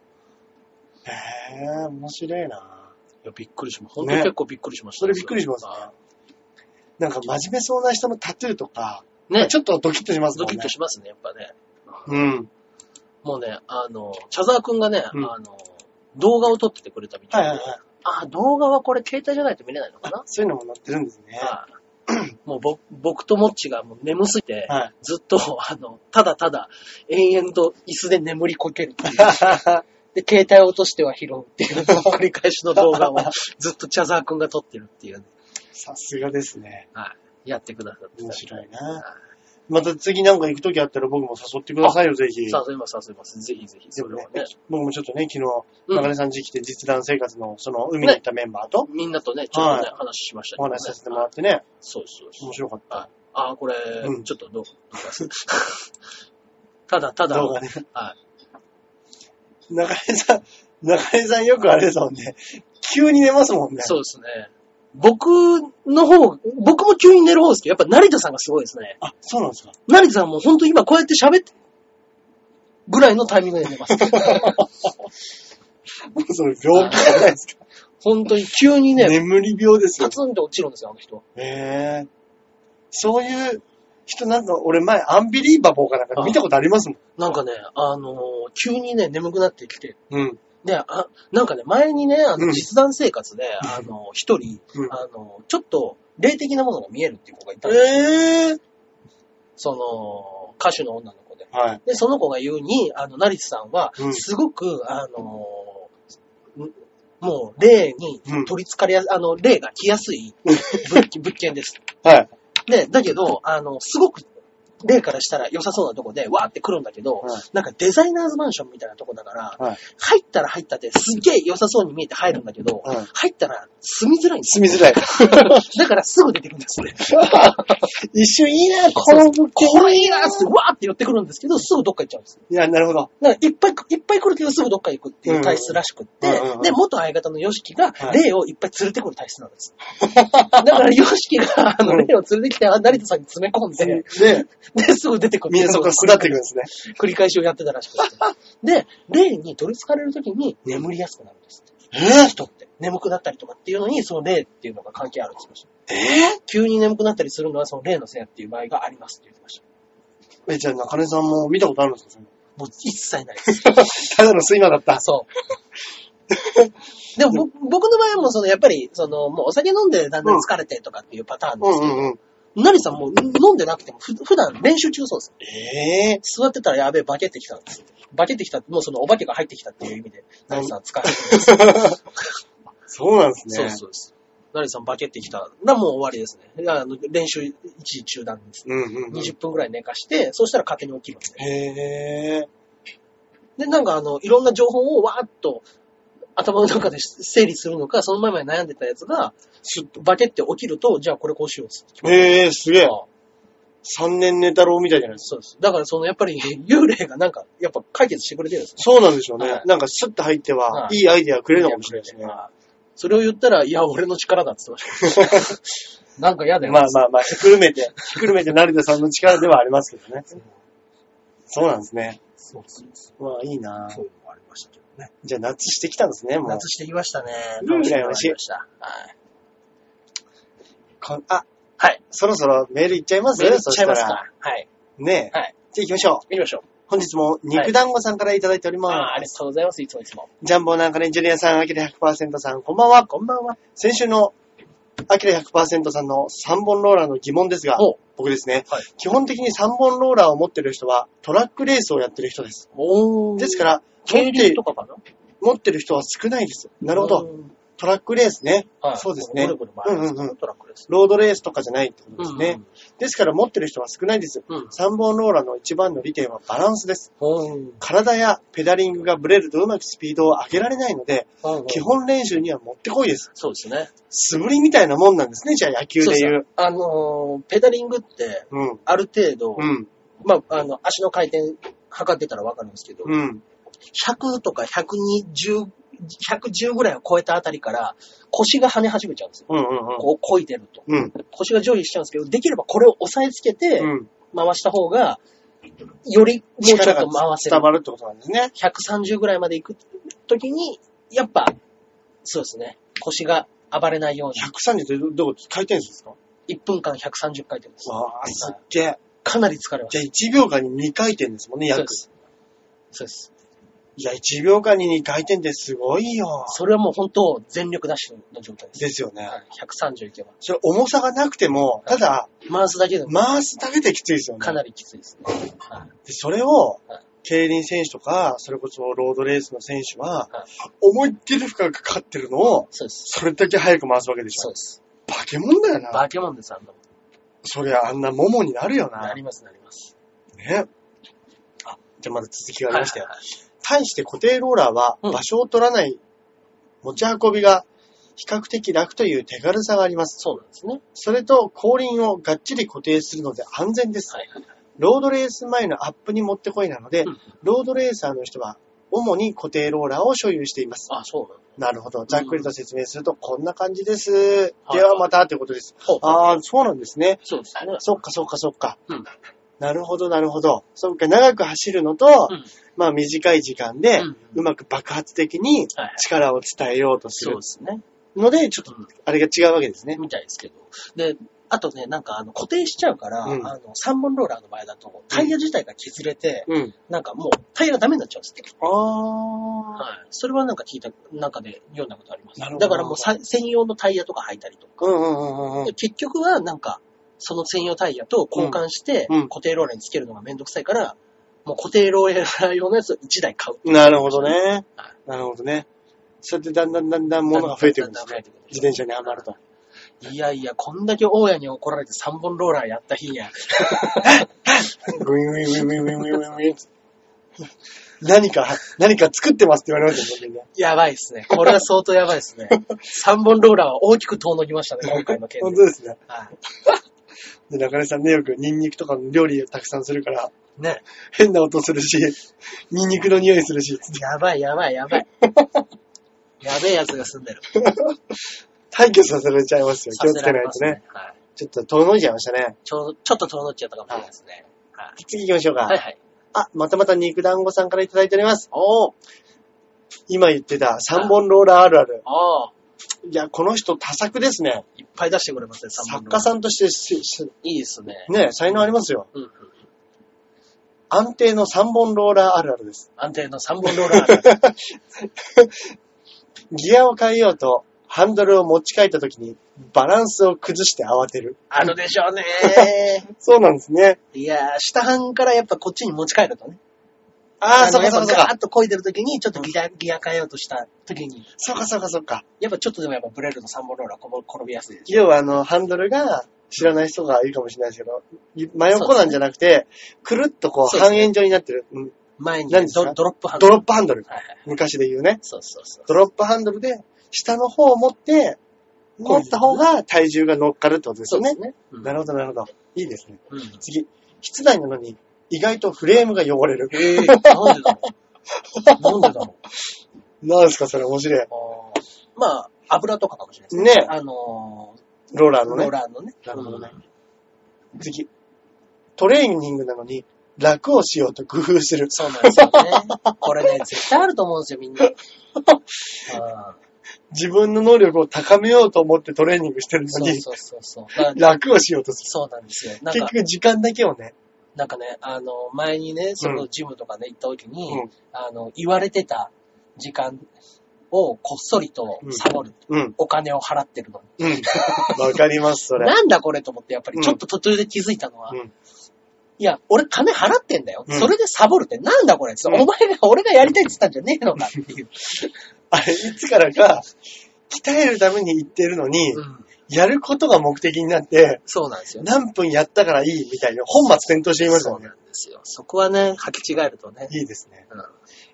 A: え、面白いな。
B: いや、びっくりしました。本当に
A: ね
B: 結構びっくりしました。
A: それびっくりしますねなんか真面目そうな人のタトゥーとか、
B: ね。ね、ちょ
A: ちょっとドキッとしま
B: っ
A: す
B: とド
A: もんね。
B: キッとしますね、やっぱね。
A: うん。
B: もうね、あの、茶沢くんがね、
A: うん
B: あの、動画を撮っててくれたみたい
A: はい
B: で、
A: はいはい。
B: あ、動画はこれ携帯じゃないと見れないのかな
A: そういうのも載ってるんですね。
B: あもうぼ僕とモッチがもう眠すぎて、
A: はい。 (laughs)
B: ずっと、あの、ただただ、延々と椅子で眠りこけるっていう。
A: (laughs)
B: で、携帯を落としては拾うっていう、繰り返しの動
A: (laughs)
B: 画をずっと茶沢くんが撮ってるっていう、
A: さすがですね。
B: はい、やってくださってた
A: 面白いな。また次なんか行くときあったら僕も誘ってくださいよ、ぜひ。
B: 誘います、誘います。ぜひぜひ、
A: で
B: そ
A: も
B: れ
A: ね
B: はね。、
A: 僕もちょっとね、昨
B: う
A: 日、
B: ん
A: 中根さん時期で実弾生活の、その、海に行ったメンバーと
B: みんなとね、ちょっとね、話しましたけ
A: お
B: どね
A: 話しさせてもらってね、
B: そうそうそう
A: 面。白かった。
B: はい。ああ、これ、
A: うん
B: ちょっとどう、どうか (laughs) すただ、ただ、
A: 動画ね。
B: は
A: 中根さん、中根さんよくあれですもんね。急に寝ますもんね。
B: そうですね。僕の方、僕も急に寝る方ですけど、やっぱ成田さんがすごいですね。
A: あ、そうなんですか。
B: 成田さんも本当今こうやって喋って、ぐらいのタイミングで
A: (laughs)
B: 寝ます。
A: それ病気じゃないですか。
B: 本当に急にね、
A: 眠り病ですよ
B: パ。ツンって落ちるんですよ、あの人。
A: へえ。そういう人なんか、俺前、アンビリーバボーかなんか見たことありますもん。
B: なんかね、あのー急にね、眠くなってきて、
A: うん。
B: で、あ、なんかね、前にね、あ
A: う
B: の、
A: ん
B: 実弾生活で、あの、一人、
A: うん
B: あの、ちょっと、霊的なものが見えるっていう子がいたの
A: ええ。
B: その、歌手の女の子で。
A: はい。
B: で、その子が言うに、あの、成田さんは
A: う、ん
B: すごく、あの、んもう、霊に
A: うん
B: 取り憑かれやす、あの、霊が来やすい物
A: (laughs)
B: 件物件です。
A: はい。
B: で、だけど、あの、すごく、霊からしたら良さそうなとこで、わーって来るんだけど、
A: はい
B: なんかデザイナーズマンションみたいなとこだから、
A: はい
B: 入ったら入ったってすっげえ良さそうに見えて入るんだけど、
A: はい
B: 入ったら住みづらいんです
A: 住みづらい。
B: よ。 (laughs) だからすぐ出てくるんですね。
A: 一瞬いいな、この物件。
B: これいいなーってわーって寄ってくるんですけど、すぐどっか行っちゃうんですよ。
A: いや、なるほど。
B: だからいっぱいく、いっぱい来るけどすぐどっか行くっていう体質らしくって、
A: うんうんうん
B: で、元相方のヨシキが
A: はい
B: 霊をいっぱい連れてくる体質なんです。だからヨシキがあの
A: うん
B: 霊を連れてきて、あ成田さんに詰め込んで、
A: で、
B: で、すぐ出てくる
A: みんなそこから巣立っていくんですね。
B: 繰り返しをやってたらしくて。で、霊に取り憑かれるときに眠りやすくなるんですって。
A: え
B: 人って。眠くなったりとかっていうのに、その霊っていうのが関係あるって言ってました。
A: え
B: 急に眠くなったりするのは、その霊のせいっていう場合がありますって言ってました。
A: えじゃあ中根さんも見たことあるんですかそれ
B: もう一切ないです。
A: (laughs) ただの睡魔だった。
B: そう。でもぼ僕の場合はもうそのやっぱりそのもうお酒飲んでだんだん疲れてとかっていうパターン
A: う
B: で
A: ん
B: すけど、
A: うんうん。
B: なりさんもう飲んでなくてもふ普段練習中そうです。
A: ええ
B: 座ってたらやべえ、バケってきたんです。バケってきたもうそのお化けが入ってきたっていう意味で、なりさんは疲れてる。
A: そうなんです
B: そ
A: ね。
B: うそうです。なりさんバケってきたら、もう終わりですね。あの練習一時中断です。
A: うんうんうん。
B: 20分くらい寝かして、そうしたら勝手に起きるんですね。
A: へえ。
B: で、なんかあの、いろんな情報をわーっと頭の中で整理するのか、その前まで悩んでたやつが、スッとバケって起きると、じゃあこれこうしようっつって。
A: ええすげえ。
B: あ
A: 三年寝太郎みたいじゃないですか。
B: そうです。だからそのやっぱり幽霊がなんか、やっぱ解決してくれてるんですね。
A: そうなんでしょうね。
B: はい
A: なんかスッと入っては、、
B: はいい
A: いアイデアくれるのかもしれないですね。
B: それを言ったら、いや、俺の力だって言ってました。なんか嫌だよ。
A: まあまあまあ、ひっくる
B: (laughs)
A: めて、ひっくるめて成田さんの力ではありますけどね。そうなんですね。
B: そうそうそう。
A: うわ、いいな
B: そういうのもありましたけどね。
A: じゃあ夏してきたんですね、もう
B: 夏。してきましたね。
A: うん
B: 楽しみになりました。はい。
A: かあ、
B: はい。
A: そろそろメールいっちゃいます
B: メールいっちゃいます
A: そしたら
B: か。はい。
A: ねえ。
B: はい。
A: じゃあ行きましょう。
B: 行きましょう。
A: 本日も肉団子さんからいただいております。
B: あーありがとうございます。いつもいつも。
A: ジャンボなんかね、ジュニアさん、アキラ100%さん、こんばんは。
B: こんばんは。
A: 先週のアキラ100%さんの3本ローラーの疑問ですが、
B: お
A: 僕ですね、
B: はい
A: 基本的に3本ローラーを持ってる人はトラックレースをやってる人です。
B: おー。
A: ですから、持
B: 経
A: って
B: 理とかかな
A: 持ってる人は少ないです。なるほど。
B: うん。
A: トラックレースね。
B: はい。
A: そうですね
B: ぐるぐる回るやつ
A: うんうんうん
B: トラックです。
A: ロードレースとかじゃないってことですね。
B: うん
A: ですから持ってる人は少ないです。
B: うん。うん
A: 3本ローラーの一番の利点はバランスです。
B: ほう
A: 体やペダリングがブレるとうまくスピードを上げられないので、
B: ほう。
A: 基本練習にはもってこいです。
B: そうですね。
A: 素振りみたいなもんなんですね、じゃあ野球
B: そう
A: で
B: そ
A: 言う。
B: う。あのー、ペダリングって、
A: うん。
B: ある程度
A: う、ん。
B: まあ、あの、足の回転測ってたらわかるんですけど、
A: うん。
B: 100とか120、110ぐらいを超えたあたりから、腰が跳ね始めちゃうんですよ。
A: うん。うん。
B: こう、こいでると。
A: うん。
B: 腰が上下しちゃうんですけど、できればこれを押さえつけて、
A: うん。
B: 回した方が、よりもうちょ
A: 力
B: っと回
A: が
B: せる
A: 伝。わるってことなんですね。
B: 130ぐらいまで行くときに、やっぱ、そうですね、腰が暴れないように、
A: 130ってどどこ回転数ですか
B: 1分間130回転です。
A: わあ、すっげえ。
B: かなり疲れま
A: じ
B: す。
A: ゃあ1秒間に2回転ですもんね、
B: そう
A: 約
B: で。す。そうです。
A: いや、1秒間に2回転ってすごいよ。
B: それはもう本当、全力ダッシュの状態です。
A: ですよね。
B: はい130いけば。
A: それ重さがなくても、ただ、
B: 回すだけでも
A: 回すだけできついですよね。
B: かなりきついですね。はい
A: でそれを
B: はい、
A: 競輪選手とか、それこそロードレースの選手は
B: は、
A: 思いっきり負荷がかかってるのを、
B: そうです。
A: それだけ早く回すわけでし
B: そ
A: ょ
B: う。です。
A: 化け物だよな。
B: 化け物です、あんなもん。
A: そりゃあんなももになるよ
B: な
A: な。
B: ります、なります。
A: ね。あ、じゃあまだ続きがありましたよ。
B: は
A: 対して固定ローラーは
B: うん
A: 場所を取らない持ち運びが比較的楽という手軽さがあります。
B: そうなんですね。
A: それと後輪をがっちり固定するので安全です。
B: はいはいはい。
A: ロードレース前のアップにもってこいなので、
B: うん
A: ロードレーサーの人は主に固定ローラーを所有しています。
B: あ、そうなんだ。
A: なるほど。ざっくりと説明するとこんな感じです。
B: はい
A: ではまたってことです。
B: ほう
A: ああ、そうなんですね。
B: そうですね。
A: そっかそっかそっか。
B: うん
A: なるほどなるほど。そっか、長く走るのと、
B: うん
A: まあ短い時間で、
B: うん
A: うまく爆発的に
B: はいはい
A: 力を伝えようとす
B: そう
A: る
B: ですね。
A: ので、ちょっと
B: うん
A: あれが違うわけですね。
B: みたいですけど。で、あとね、なんかあの固定しちゃうから、
A: うん
B: あの、三本ローラーの場合だと、タイヤ自体が削れて、
A: うん。
B: なんかもうタイヤがダメになっちゃうんですって。
A: ああ。
B: はい。それはなんか聞いた、なんかで読んだことあります。
A: なるほど
B: だからもうさ専用のタイヤとか履いたりとか。
A: うんうんうんうん
B: で結局はなんか、その専用タイヤと交換して、
A: うんうん
B: 固定ローラーにつけるのがめんどくさいから、もう固定ローラー用のやつを1台買う。
A: うん。なるほどね。なるほどね。そうやってだんだんだんだん物が増えていくんですね。自転車に余ると。
B: いやいや、こんだけ大家に怒られて3本ローラーやった日や。
A: グイングイングイングイングイングイングイングイン何か、何か作ってますって言われますよね、みんな。
B: やばいです (laughs) ね。これは相当やばいです (laughs) ね。3本ローラーは大きく遠のきましたね、今回 (laughs) の件
A: 本
B: で。
A: 当ですね。
B: は
A: で、中根さんね、よくニンニクとかの料理たくさんするから、
B: い。ね。
A: 変な音するし、ニンニクの匂いするし、つって
B: やばい、やばい、やばい。やべえやつが住んでる。
A: 退去させられちゃいますよ。
B: さ
A: 気をつ
B: せ
A: け
B: ら
A: な
B: れ
A: い
B: ま
A: と
B: す
A: ね。
B: ね。はい。
A: ちょっと遠のいちゃいましたね。
B: ちょうど、ちょっと遠のっちゃったかもしれないですね。はい。
A: 次行きましょうか。
B: はいはい。
A: あ、またまた肉団子さんからいただいております。
B: おー、
A: 今言ってた3本ローラーあるある。
B: おー、
A: いや、この人多作ですね。
B: いっぱい出してくれますね、三
A: 作
B: 本
A: 家
B: ん。
A: さんとしてし、し
B: いいですね。
A: ね、才能ありますよ。
B: うんうん。
A: 安定の3本ローラーあるあるです。
B: 安定の3本ロ
A: (laughs)
B: ーラー。
A: ギアを変えようと、ハンドルを持ち替えた時に、バランスを崩して慌てる。
B: あるでしょうね。
A: そうなんですね。
B: いやー、下半からやっぱこっちに持ち帰るとね。
A: ああ、
B: の
A: そうかそうかそう
B: やっぱガ
A: か。
B: ーッと漕いでる時に、ちょっとギア、ギア変えようとした時に、
A: そうかそうかそうか。
B: やっぱちょっとでもやっぱブレると3本ローラーこぼ転びやすいでし
A: 要はあの、ハンドルが知らない人がいるかもしれないですけど、真横なんじゃなくて、くるっとこう
B: そうです
A: 半
B: ね
A: 円状になってる。うん
B: ょ。前に
A: 何
B: ド
A: ですか
B: ドロップハン
A: ド
B: ドル。
A: ロップハンドル。
B: はいはい。
A: 昔で言うね。
B: そうそうそう。
A: ドロップハンドルで、下の方を持って、持った方が体重が乗っかるってことです
B: そう
A: よね
B: です。ね。うん
A: なるほど、なるほど。いいですね。
B: うん。
A: 次。室内なのに、意外とフレームが汚れる。
B: えー、なんでだろう。なんで
A: (laughs)
B: だろう。
A: なんですか、それ面白い。
B: あーまあ、油とかかもしれないですね。
A: ね
B: あの
A: ローラー
B: ー、
A: の
B: ロー
A: ね。
B: ラーのね。
A: なるほどね
B: うん
A: 次。トレーニングなのに、楽をしようと工夫する。
B: そうなんですよね。これね、絶対あると思うんですよ、みん
A: (laughs)
B: な。あ
A: 自分の能力を高めようと思ってトレーニングしてる
B: ー
A: の
B: そう
A: に、
B: そうそうそう。まあ
A: 楽をしようとす
B: そうなんですよ。
A: る。
B: なん
A: 結
B: か、
A: 局時間だけをね。
B: なんかね、あの、前にね、そのジムとかね、行った時に、
A: うん
B: あの、言われてた時間をこっそりとサボる。
A: うん。
B: お金を払ってるのに。
A: うん。 (laughs) わかります、それ。
B: なんだこれと思って、やっぱりちょっと途中で気づいたのは、
A: うん。
B: いや、俺金払ってんだよ。
A: うん
B: それでサボるってなんだこれ、
A: うん
B: お前が、俺がやりたいって言ったんじゃねえのかっていう。
A: あれ、いつからか、鍛えるために行ってるのに、
B: うん
A: やることが目的になって、
B: そうなんですよね。
A: 何分やったからいいみたいな、本末転倒しています
B: そ
A: よ
B: う
A: ね
B: な。んですよ。そこはね、履き違えるとね。
A: いいですね。
B: うん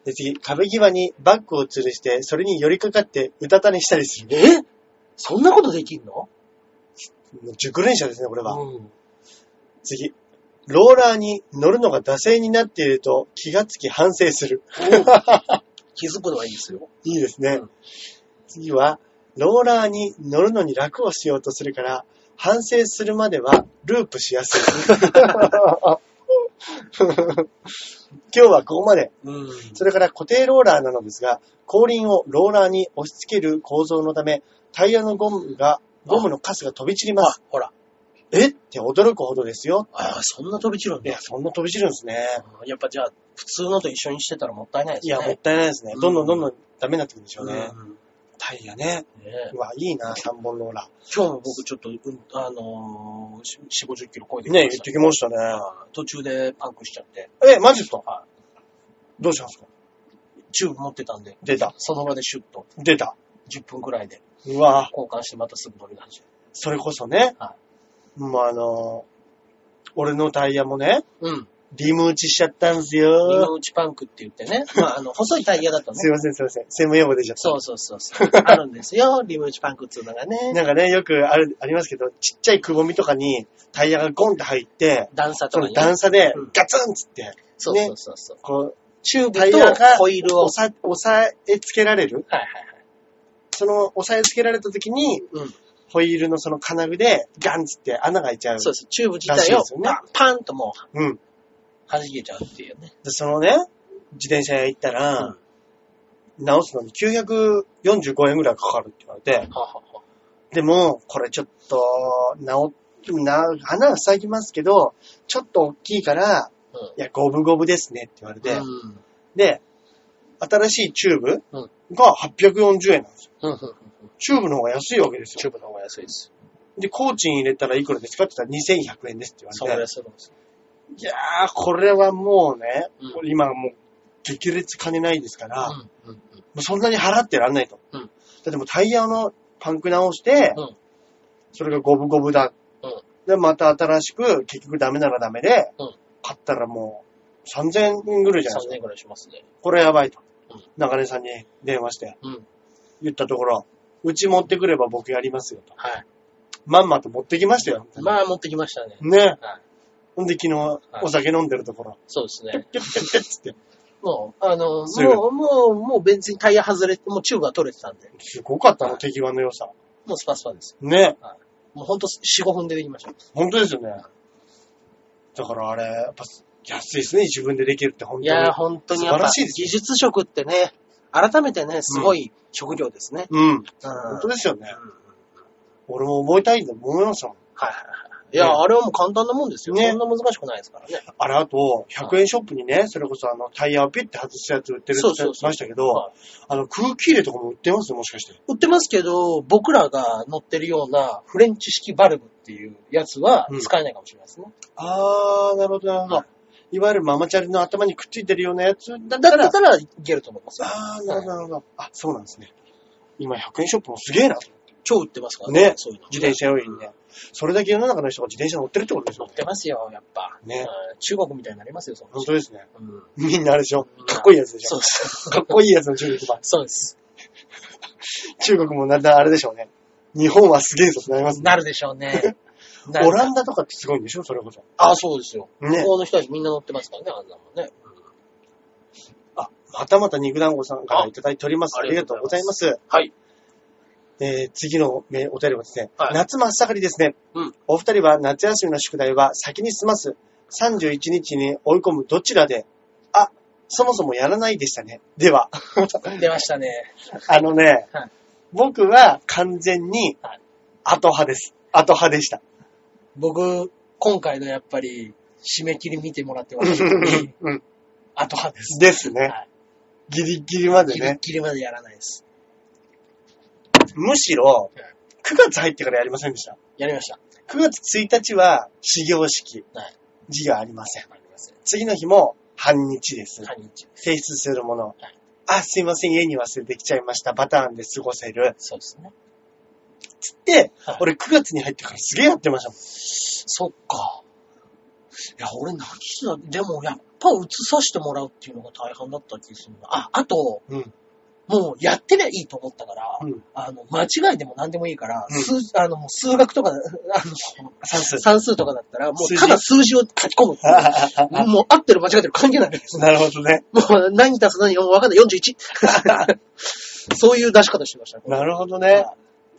A: で、次、壁際にバッグを吊るして、それに寄りかかって、うたた寝したりする。
B: えそんなことできんの
A: 熟練者ですね、これは。
B: うん。
A: 次。ローラーに乗るのが惰性になっていると気がつき反省する。
B: 気づくのはいいですよ。
A: いいですね。
B: うん
A: 次は、ローラーに乗るのに楽をしようとするから、反省するまではループし (laughs) やすい。今日はここまで。
B: うん。
A: それから固定ローラーなのですが、後輪をローラーに押し付ける構造のため、タイヤのゴムが、ゴムのカスが飛び散ります。
B: ほら。
A: えって驚くほどですよ。
B: ああ、そんな飛び散るん
A: い
B: だ
A: や、。そんな飛び散るんですね。
B: うんやっぱじゃあ、普通のと一緒にしてたらもったいないです
A: い
B: ね。
A: や、もったいないですね。どんどんどんどんダメになってくるんでしょうね。
B: うんね
A: タイヤね。
B: え
A: うわ、いいな、3本ローラ
B: 今日も僕ちょっと、うんあのー、4、50キロ超えて
A: ー。
B: き
A: ね、
B: ま
A: 言っ
B: し
A: たてきましたね。
B: あー途中でパンクしちゃって、
A: え、マジですか
B: は
A: どうしたんですか
B: チューブ持ってたんで、
A: 出た。
B: その場でシュッと、
A: 出た。
B: 10分くらいで
A: うわ
B: 交換してまたすぐ乗り出して。
A: それこそね
B: は。
A: もうあの、俺のタイヤもね、
B: うん。
A: リム打ちしちゃったんす
B: リム
A: よ。
B: 打ちパンクって言ってね。まあ、あの、細いタイヤだとね。
A: すいません、すいません。専門用語出ちゃっ
B: そうそうそうそう。あるんですよ。 (laughs) リム打ちパンクっていうのが
A: た。
B: ね。
A: なんかね、よくある、ありますけど、ちっちゃいくぼみとかにタイヤがゴンって入って、
B: 段差と
A: そ
B: か
A: の
B: にね。
A: 段差で
B: うん
A: ガツンっつって、
B: そうそうそうそう。
A: こう、
B: チューブ
A: タイヤが
B: とホイールを。
A: 押さ、押さえつけられる
B: はいはいはい。
A: その、押さえつけられた時に、
B: うん。
A: ホイールのその金具でガンっつって穴が開いちゃう。
B: そうです。チューブ自体
A: らしい
B: を
A: ですよね
B: パンパンともう
A: うん。
B: 弾けちゃうっていうね。
A: で、そのね、自転車屋行ったら、直すのに945円ぐらいかかるって言われて、
B: ははは
A: でも、これちょっと、直、な、穴は塞ぎますけど、ちょっと大きいから、
B: うん
A: いや、五分五分ですねって言われて、
B: うん。
A: で、新しいチューブ
B: うん
A: が840円なんですよ。
B: うんうんうんうん
A: チューブの方が安いわけです
B: チュ
A: よ。
B: ーブの方が安いです。
A: で、コーチン入れたらいくらですかって言ったら2100円ですって
B: そ
A: 言わ
B: う
A: れて。
B: です、そうです。
A: いやー、これはもうね、
B: うん
A: これ今もう激烈金ないですから、も
B: うんうんうん
A: うそんなに払ってらんないと。
B: うん
A: だってもうタイヤのパンク直して、
B: うん
A: それが五分五分だ。
B: うん
A: で、また新しく、結局ダメならダメで、
B: うん
A: 買ったらもう3000円ぐらいじゃないです
B: 3000
A: か。
B: 円くらいしますね。
A: これやばいと
B: うん。
A: 中根さんに電話して
B: うん。
A: 言ったところ、うち持ってくれば僕やりますよと。
B: はい。
A: まんまと持ってきましたよ。
B: まあ、持ってきましたね。
A: ね。
B: はい。
A: ほんで昨日お酒飲んでるとこ (laughs) ろ、
B: そうですね。
A: ピュッピュッピュッつって、
B: もう、あの、
A: すぐ
B: もう、もう、もう別にタイヤ外れて、もうチューブは取れてたんで、
A: すごかった
B: は
A: の、
B: い
A: 手際の良さ。
B: もうスパスパです。
A: ね。
B: もうほんと4、5分でできました。
A: 本当ですよね。だからあれ、やっぱ安いですね、自分でできるって本
B: い
A: 当
B: やー、
A: に。
B: 本当にやっぱ
A: 素晴らしいです
B: 技術職ってね、改めてね、すごい職業ですね。
A: うん。
B: うん。
A: 本当ですよね。
B: うん
A: 俺も覚えたいんだ、思いましたもん。
B: はいはいはい。いや、
A: ね
B: あれはもう簡単なもんですよ。
A: ね
B: そんな難しくないですからね。
A: あれ、あと、100円ショップにね、それこそあの、タイヤをピュッて外すやつ売ってるって
B: そ
A: 言
B: うそうそ
A: って
B: う
A: ましたけ
B: は
A: ど、あの、空気入れとかも売ってますもしかして。
B: 売ってますけど、僕らが乗ってるようなフレンチ式バルブっていうやつは
A: うん
B: 使えないかもしれないですね。
A: あー、なるほど、なるほど。いわゆるママチャリの頭にくっついてるようなやつだった
B: だ
A: ら
B: っ、たらいけると思いますよ。
A: あー、なるほど、なるほど。あ、そうなんですね。今、100円ショップもすげえな。
B: 超売ってますから
A: ね
B: そういうの。
A: 自転車用品ね。それだけ世の中の人が自転車乗ってるってことです
B: 乗
A: よ
B: っ。てますよ、やっぱ。
A: ね
B: うん中国みたいになりますよ、その
A: 本当ですね。
B: うん。
A: みんなあれでしょかっこいいやつでし
B: そ
A: ょ
B: うです。
A: かっこいいやつの中国版。
B: そうです。
A: 中国もだんだんあれでしょうね。日本はすげえぞってなりますね。
B: なるでしょうね。なる
A: オランダとかってすごいんでしょそれこそ。
B: あ、そうですよ。
A: ね
B: 向。こうの人たちみんな乗ってますからね、あんなもんね。
A: あ、またまた肉団子さんからいただいております。あ
B: あ
A: りがとうございます。
B: はい。
A: えー、次のメお便りはですね、
B: はい
A: 夏真っ盛りですね。
B: うん
A: お二人は夏休みの宿題は先に済ます。31日に追い込むどちらで、あ、そもそもやらないでしたね。では、
B: 出ましたね。
A: あのね、
B: はい
A: 僕は完全に
B: はい
A: 後派です。後派でした。
B: 僕、今回のやっぱり、締め切り見てもらってま
A: (laughs)
B: したけど、
A: うん
B: 後派です。
A: ですね、
B: はい
A: ギリギリまで
B: ギリ
A: ね。
B: ギリまでやらないです。
A: むしろ
B: はい、
A: 9月入ってからやりませんでした。
B: やりました。
A: 9月1日は始業式。
B: はい
A: 授業ありません。
B: ありません。
A: 次の日も半日です。
B: 半日。
A: 提出するもの。
B: い
A: あ、すいません、家に忘れてきちゃいました。パターンで過ごせる。
B: そうですね。
A: つって、
B: はい
A: 俺9月に入ってからすげえやってましたもん。
B: そっか。いや、俺何してたでもやっぱ映させてもらうっていうのが大半だった気がするな。あ、あと、
A: うん
B: もうやってりゃいいと思ったから、
A: うん
B: あの、間違いでも何でもいいから、
A: う
B: 数あの、もう数学とか、あ (laughs) の、
A: 算数。
B: 算数とかだったら、も
A: 数
B: う
A: 字
B: ただ数字を書き込むって
A: (laughs)
B: いう。 (laughs) もう合ってる間違ってる関係ないです。
A: なるほどね。
B: もう何足す何分かんない。41。そういう出し方してましたね。
A: なるほどね。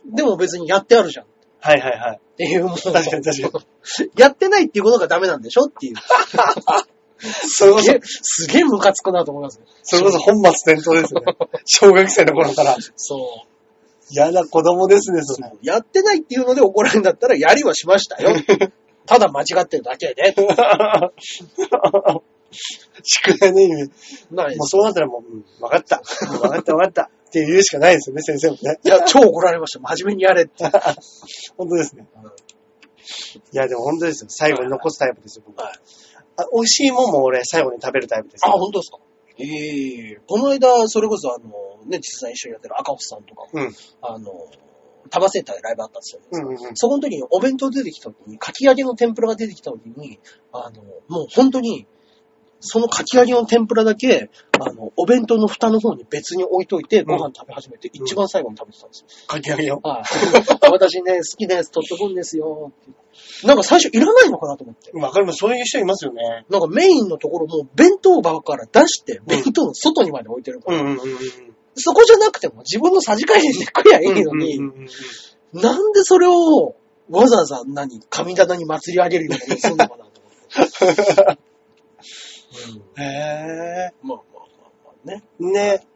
B: でも別にやってあるじゃん。っ
A: はいはいはい。
B: ていうもの。確
A: 確かに確かに。
B: (laughs) やってないっていうことがダメなんでしょっていう。
A: それこ
B: す
A: そ
B: げえ、すげえムカつくなと思いますね。
A: それこそ本末転倒です (laughs) ね。小学生の頃から。
B: そ
A: 嫌な子供ですね、そうれ。。
B: やってないっていうので怒られるんだったら、やりはしましたよ。ただ間違ってるだけで。
A: (laughs) (laughs) 宿題の意味。
B: ないで
A: もう
B: す。
A: そうなったらもう、うんわかった。わかったわかった。って言うしかないですよね、先生もね。
B: いや、超怒られました。真面目にやれって。
A: 本当ですね。いや、でも本当ですよ。最後に残すタイプですよ、僕。
B: はい
A: あ美味しいもんも俺、最後に食べるタイプです
B: あ、
A: よ。
B: 本当ですかええこの間、それこそあの、ね、実際一緒にやってる赤星さんとかも、
A: うん
B: あの、タバセンターでライブあったんですよ。
A: うんうんうん。
B: そこの時にお弁当出てきた時に、かき揚げの天ぷらが出てきた時に、あの、もう本当に、そのかき揚げの天ぷらだけ、あの、お弁当の蓋の方に別に置いといて、ご飯食べ始めて、
A: うん
B: 一番最後に食べてたんですよ。
A: かき揚げよ。
B: はい。 (laughs) 私ね、好きです。取ってくんですよ。なんか最初いらないのかなと思って。
A: わかります。そういう人いますよね。
B: なんかメインのところもう弁当箱から出して、弁当の外にまで置いてるから、
A: うんうんうんうん。
B: そこじゃなくても自分のさじ加減で食りゃいいのに、
A: うんうんうんうん
B: なんでそれをわざわざ何、神棚に祭り上げるようなことするのかなと
A: (laughs)
B: 思って。
A: へ
B: うん、まあまあまあまあね。
A: ぇー。ね。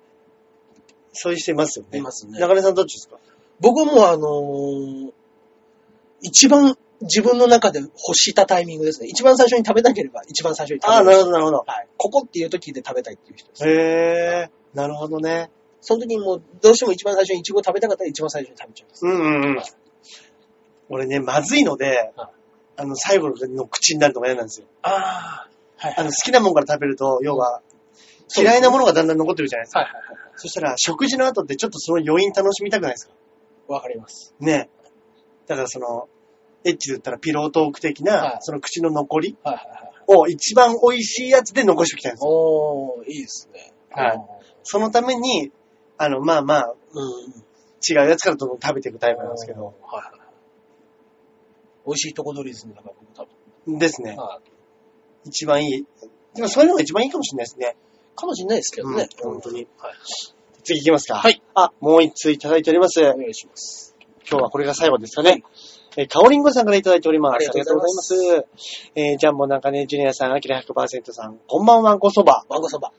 A: そういう人いますよね。
B: いますね
A: 中根さんどっちですか
B: 僕はもうあのー一番自分の中で欲したタイミングですね。一番最初に食べたければ、一番最初に食べ
A: ああ、なる
B: ほ
A: ほど、なるほど。
B: ど。はい。ここっていう時で食べたいっていう人です。
A: へぇー。なるほどね。
B: その時にもう、どうしても一番最初にイチゴ食べたかったら一番最初に食べちゃうんです。
A: うんうんうん。俺ね、まずいので
B: はい、
A: あの、最後の口になるのが嫌なんですよ。
B: ああ。はい
A: あ
B: は
A: の、
B: い。
A: 好きなもんから食べると、要は、
B: そうですね
A: 嫌いなものがだんだん残ってるじゃないですか。
B: はいはいはい。
A: そしたら、食事の後ってちょっとその余韻楽しみたくないですか
B: わかります。
A: ね。だからその、エッチで言ったらピロートーク的な、
B: はい
A: その口の残り
B: はいはいはい。
A: を一番美味しいやつで残しておきたいんですよ。
B: おー、いいですね。
A: はいそのために、あの、まあまあ、
B: うん。
A: 違うやつからどんどん食べていくタイプなんですけど。
B: はいはいはい。美味しいとこ取りですね、だから僕多分。
A: ですね。
B: はい
A: 一番いい。でもそういうのが一番いいかもしれないですね。
B: かもしれないですけどね。
A: うん本当に
B: はい。
A: 次行きますか。
B: はい。
A: あ、もう一通いただいております。
B: お願いします。
A: 今日はこれが最後ですかね。えー、かおりんごさんからいただいております。
B: ありがとうございます
A: ありがとうございます。えー、ジャンボ中根ジュニアさん、アキラ100%さん、こんばんは、ごそば。
B: わんこそば、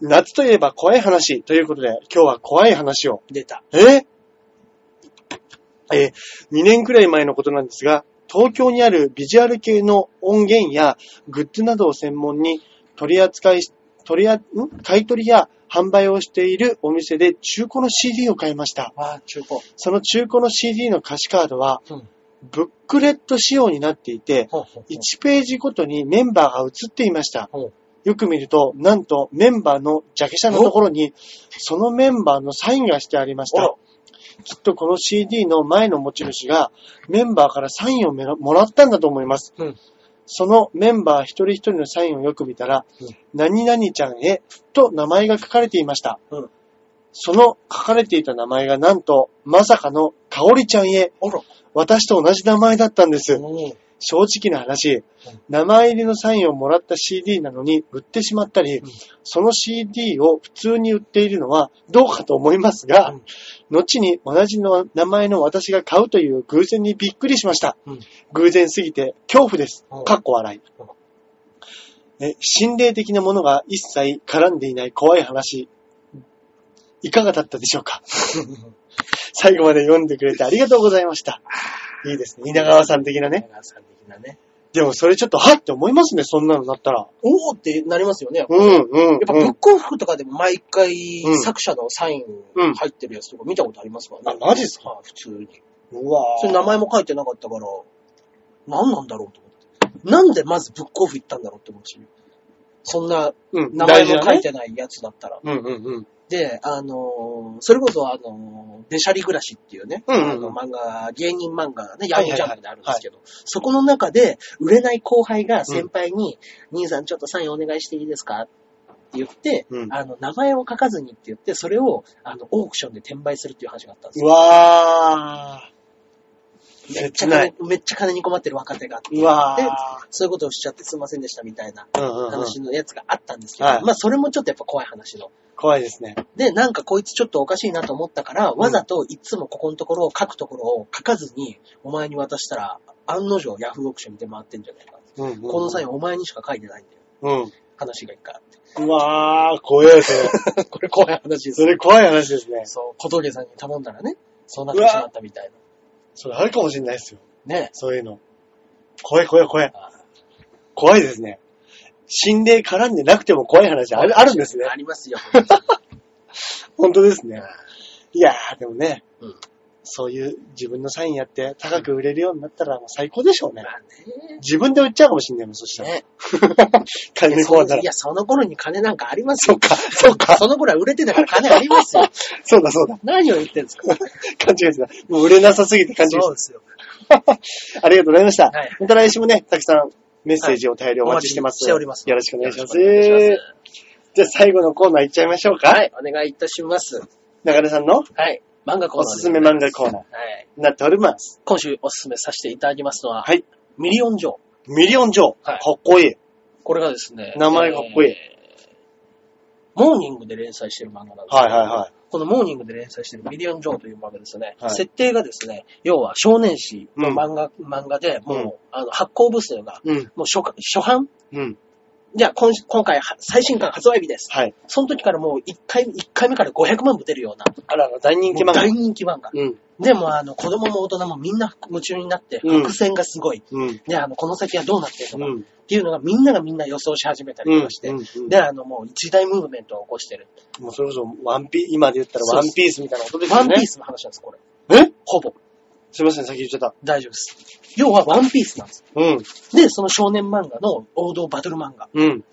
A: 夏といえば怖い話ということで、今日は怖い話を。
B: 出た。
A: えーえー、2年くらい前のことなんですが、東京にあるビジュアル系の音源やグッズなどを専門に取り扱いし、取りあ、ん買い取りや販売をしているお店で中古の CD を買いました。
B: わあ、中古。
A: その中古の CD の歌詞カードは、
B: うん
A: ブックレット仕様になっていて、
B: ほうほうほう
A: 1ページごとにメンバーが映っていました
B: ほ。
A: よく見ると、なんとメンバーのジャケ写のところに、そのメンバーのサインがしてありまし
B: あら
A: た。きっとこの CD の前の持ち主がメンバーからサインをめらもらったんだと思います。
B: うん
A: そのメンバー一人一人のサインをよく見たら、
B: うん
A: 何々ちゃんへと名前が書かれていました。
B: うん
A: その書かれていた名前がなんと、まさかのかおりちゃんへ、
B: あら。
A: 私と同じ名前だったんです。
B: おー
A: 正直な話、名前入りのサインをもらった CD なのに売ってしまったり、
B: うん
A: その CD を普通に売っているのはどうかと思いますが、
B: うん
A: 後に同じの名前の私が買うという偶然にびっくりしました。
B: うん
A: 偶然すぎて恐怖です
B: うん。
A: かっこ笑い。
B: うん
A: え心霊的なものが一切絡んでいない怖い話、いかがだったでしょうか最後まで読んでくれてありがとうございました。いいですね。稲川さん的なね。
B: 皆さん的なね。
A: でもそれちょっと、はっって思いますね、そんなのだったら。
B: おーってなりますよね。
A: うん、うん。やっ
B: やっぱ、ブックオフとかでも毎回、作者のサイ
A: うん
B: ン入ってるやつとか見たことありますからね。
A: あマジっすか
B: はい普通に。
A: うん、うわ
B: それ名前も書いてなかったから、何なんだろうと思って。なんでまずブックオフ行ったんだろうって思うし。そんな
A: うん、
B: 名前も書い
A: て。
B: てないやつだったら。
A: うん、うん、うん。
B: で、あのーそれこそあのーデシャリ暮らしっていうね、
A: うんうんうん
B: あの漫画、芸人漫画がね、ヤングジャンプであるんですけど、そこの中で売れない後輩が先輩に、兄さんちょっとサインお願いしていいですかって言って、
A: うん
B: あの、名前を書かずにって言って、それを、あの、オークションで転売するっていう話があったんですよ
A: うわー。
B: めっち
A: 切
B: ゃ
A: ない
B: 金。めっちゃ金に困ってる若手があって
A: うわ
B: そういうことをしちゃってすいませんでしたみたいな
A: ー。うん、うん、うん。
B: 話のやつがあったんですけど、
A: はい
B: まあそれもちょっとやっぱ怖い話の。
A: 怖いですね。
B: で、なんかこいつちょっとおかしいなと思ったから、わざといつもここのところを書くところを書かずに、お前に渡したら、案の定ヤフーオークション見て回ってんじゃないか。
A: うん、うん。
B: このサインお前にしか書いてないんだよ。
A: うん。
B: 話が一回あっ
A: うわー、怖い、それ。
B: て。 (laughs) これ怖い話です
A: そ
B: ね。
A: れ怖い話ですね。
B: そう、小峠さんに頼んだらね、そうなってしまったみたい
A: それあるかもしれないですよ。
B: な。ね。
A: そういうの。怖い、怖い、怖い。
B: あー
A: 怖いですね。心霊絡んでなくても怖い話あるあるんですね。
B: ありますよ。
A: 本当ですね。いやー、でもね、
B: うん
A: そういう自分のサインやって高く売れるようになったらもう最高でしょうね。
B: まあね。
A: 自分で売っちゃうかもしんないもん、そしたら。
B: ね
A: (laughs) 金に困ったら
B: い。や、その頃に金なんかあります
A: そ
B: よ
A: っ。か、そっか、
B: その頃は売れてたから金ありま
A: (laughs)
B: すよ。
A: そうだそうだ。
B: 何を言ってんですか
A: 勘違いした。もう売れなさすぎて勘違い
B: そ
A: し
B: うですよ。
A: た。ありがとうございました
B: はい。
A: また来週もね、たくさんメッセージお便りお待ちしてます。
B: お待ちしております
A: よろしくお願いします。
B: よろしくお願いしま
A: じゃあ最後のコーナー行っちゃいましょう
B: す。は
A: か。
B: い、お願いいたします。
A: 中根さんの
B: はい。漫画コーナ
A: お
B: ー
A: すすめ漫画コーナー
B: ー。はい。
A: になっております。
B: 今週おすすめさせていただきますのは、
A: はい。
B: ミリオンジョー。
A: ミリオンジョー。
B: はい
A: かっこいい。
B: これがですね、
A: 名前がかっこいい
B: えーモーニングで連載してる漫画なんですけど
A: はいはいはい。
B: このモーニングで連載してるミリオン・ジョーという漫画ですね、
A: はい
B: 設定がですね、要は少年誌の漫画,、漫画で、もう、
A: うん
B: あの発行部数が、
A: うん、
B: もう初初版
A: うん。
B: じゃあ今今回は最新刊発売日です。
A: はい。
B: その時からもう1回一回目から500万部出るような
A: あらら、大人気漫
B: もう
A: 画
B: 大。人気漫画。
A: うん、
B: でもあの子供も大人もみんな夢中になって、
A: うん
B: 伏線がすごい。
A: うん、
B: で、あの、この先はどうなってる
A: う
B: のかっ
A: ん、
B: ていうのがみんながみんな予想し始めたりとかして、
A: うん
B: で、あの、もう一大ムーブメントを起こしてる。
A: もうそれこそ、ワンピー、今で言ったら
B: そう
A: ワ
B: そう
A: ンピースみたいなことです
B: ワ
A: よ
B: ン
A: ね。
B: ピースの話なんです、これ。
A: え
B: ほぼ。
A: すいません、先言っちゃった。
B: 大丈夫です。要はワンピースなんです。
A: うん、
B: で、その少年漫画の王道バトル漫画。
A: うん、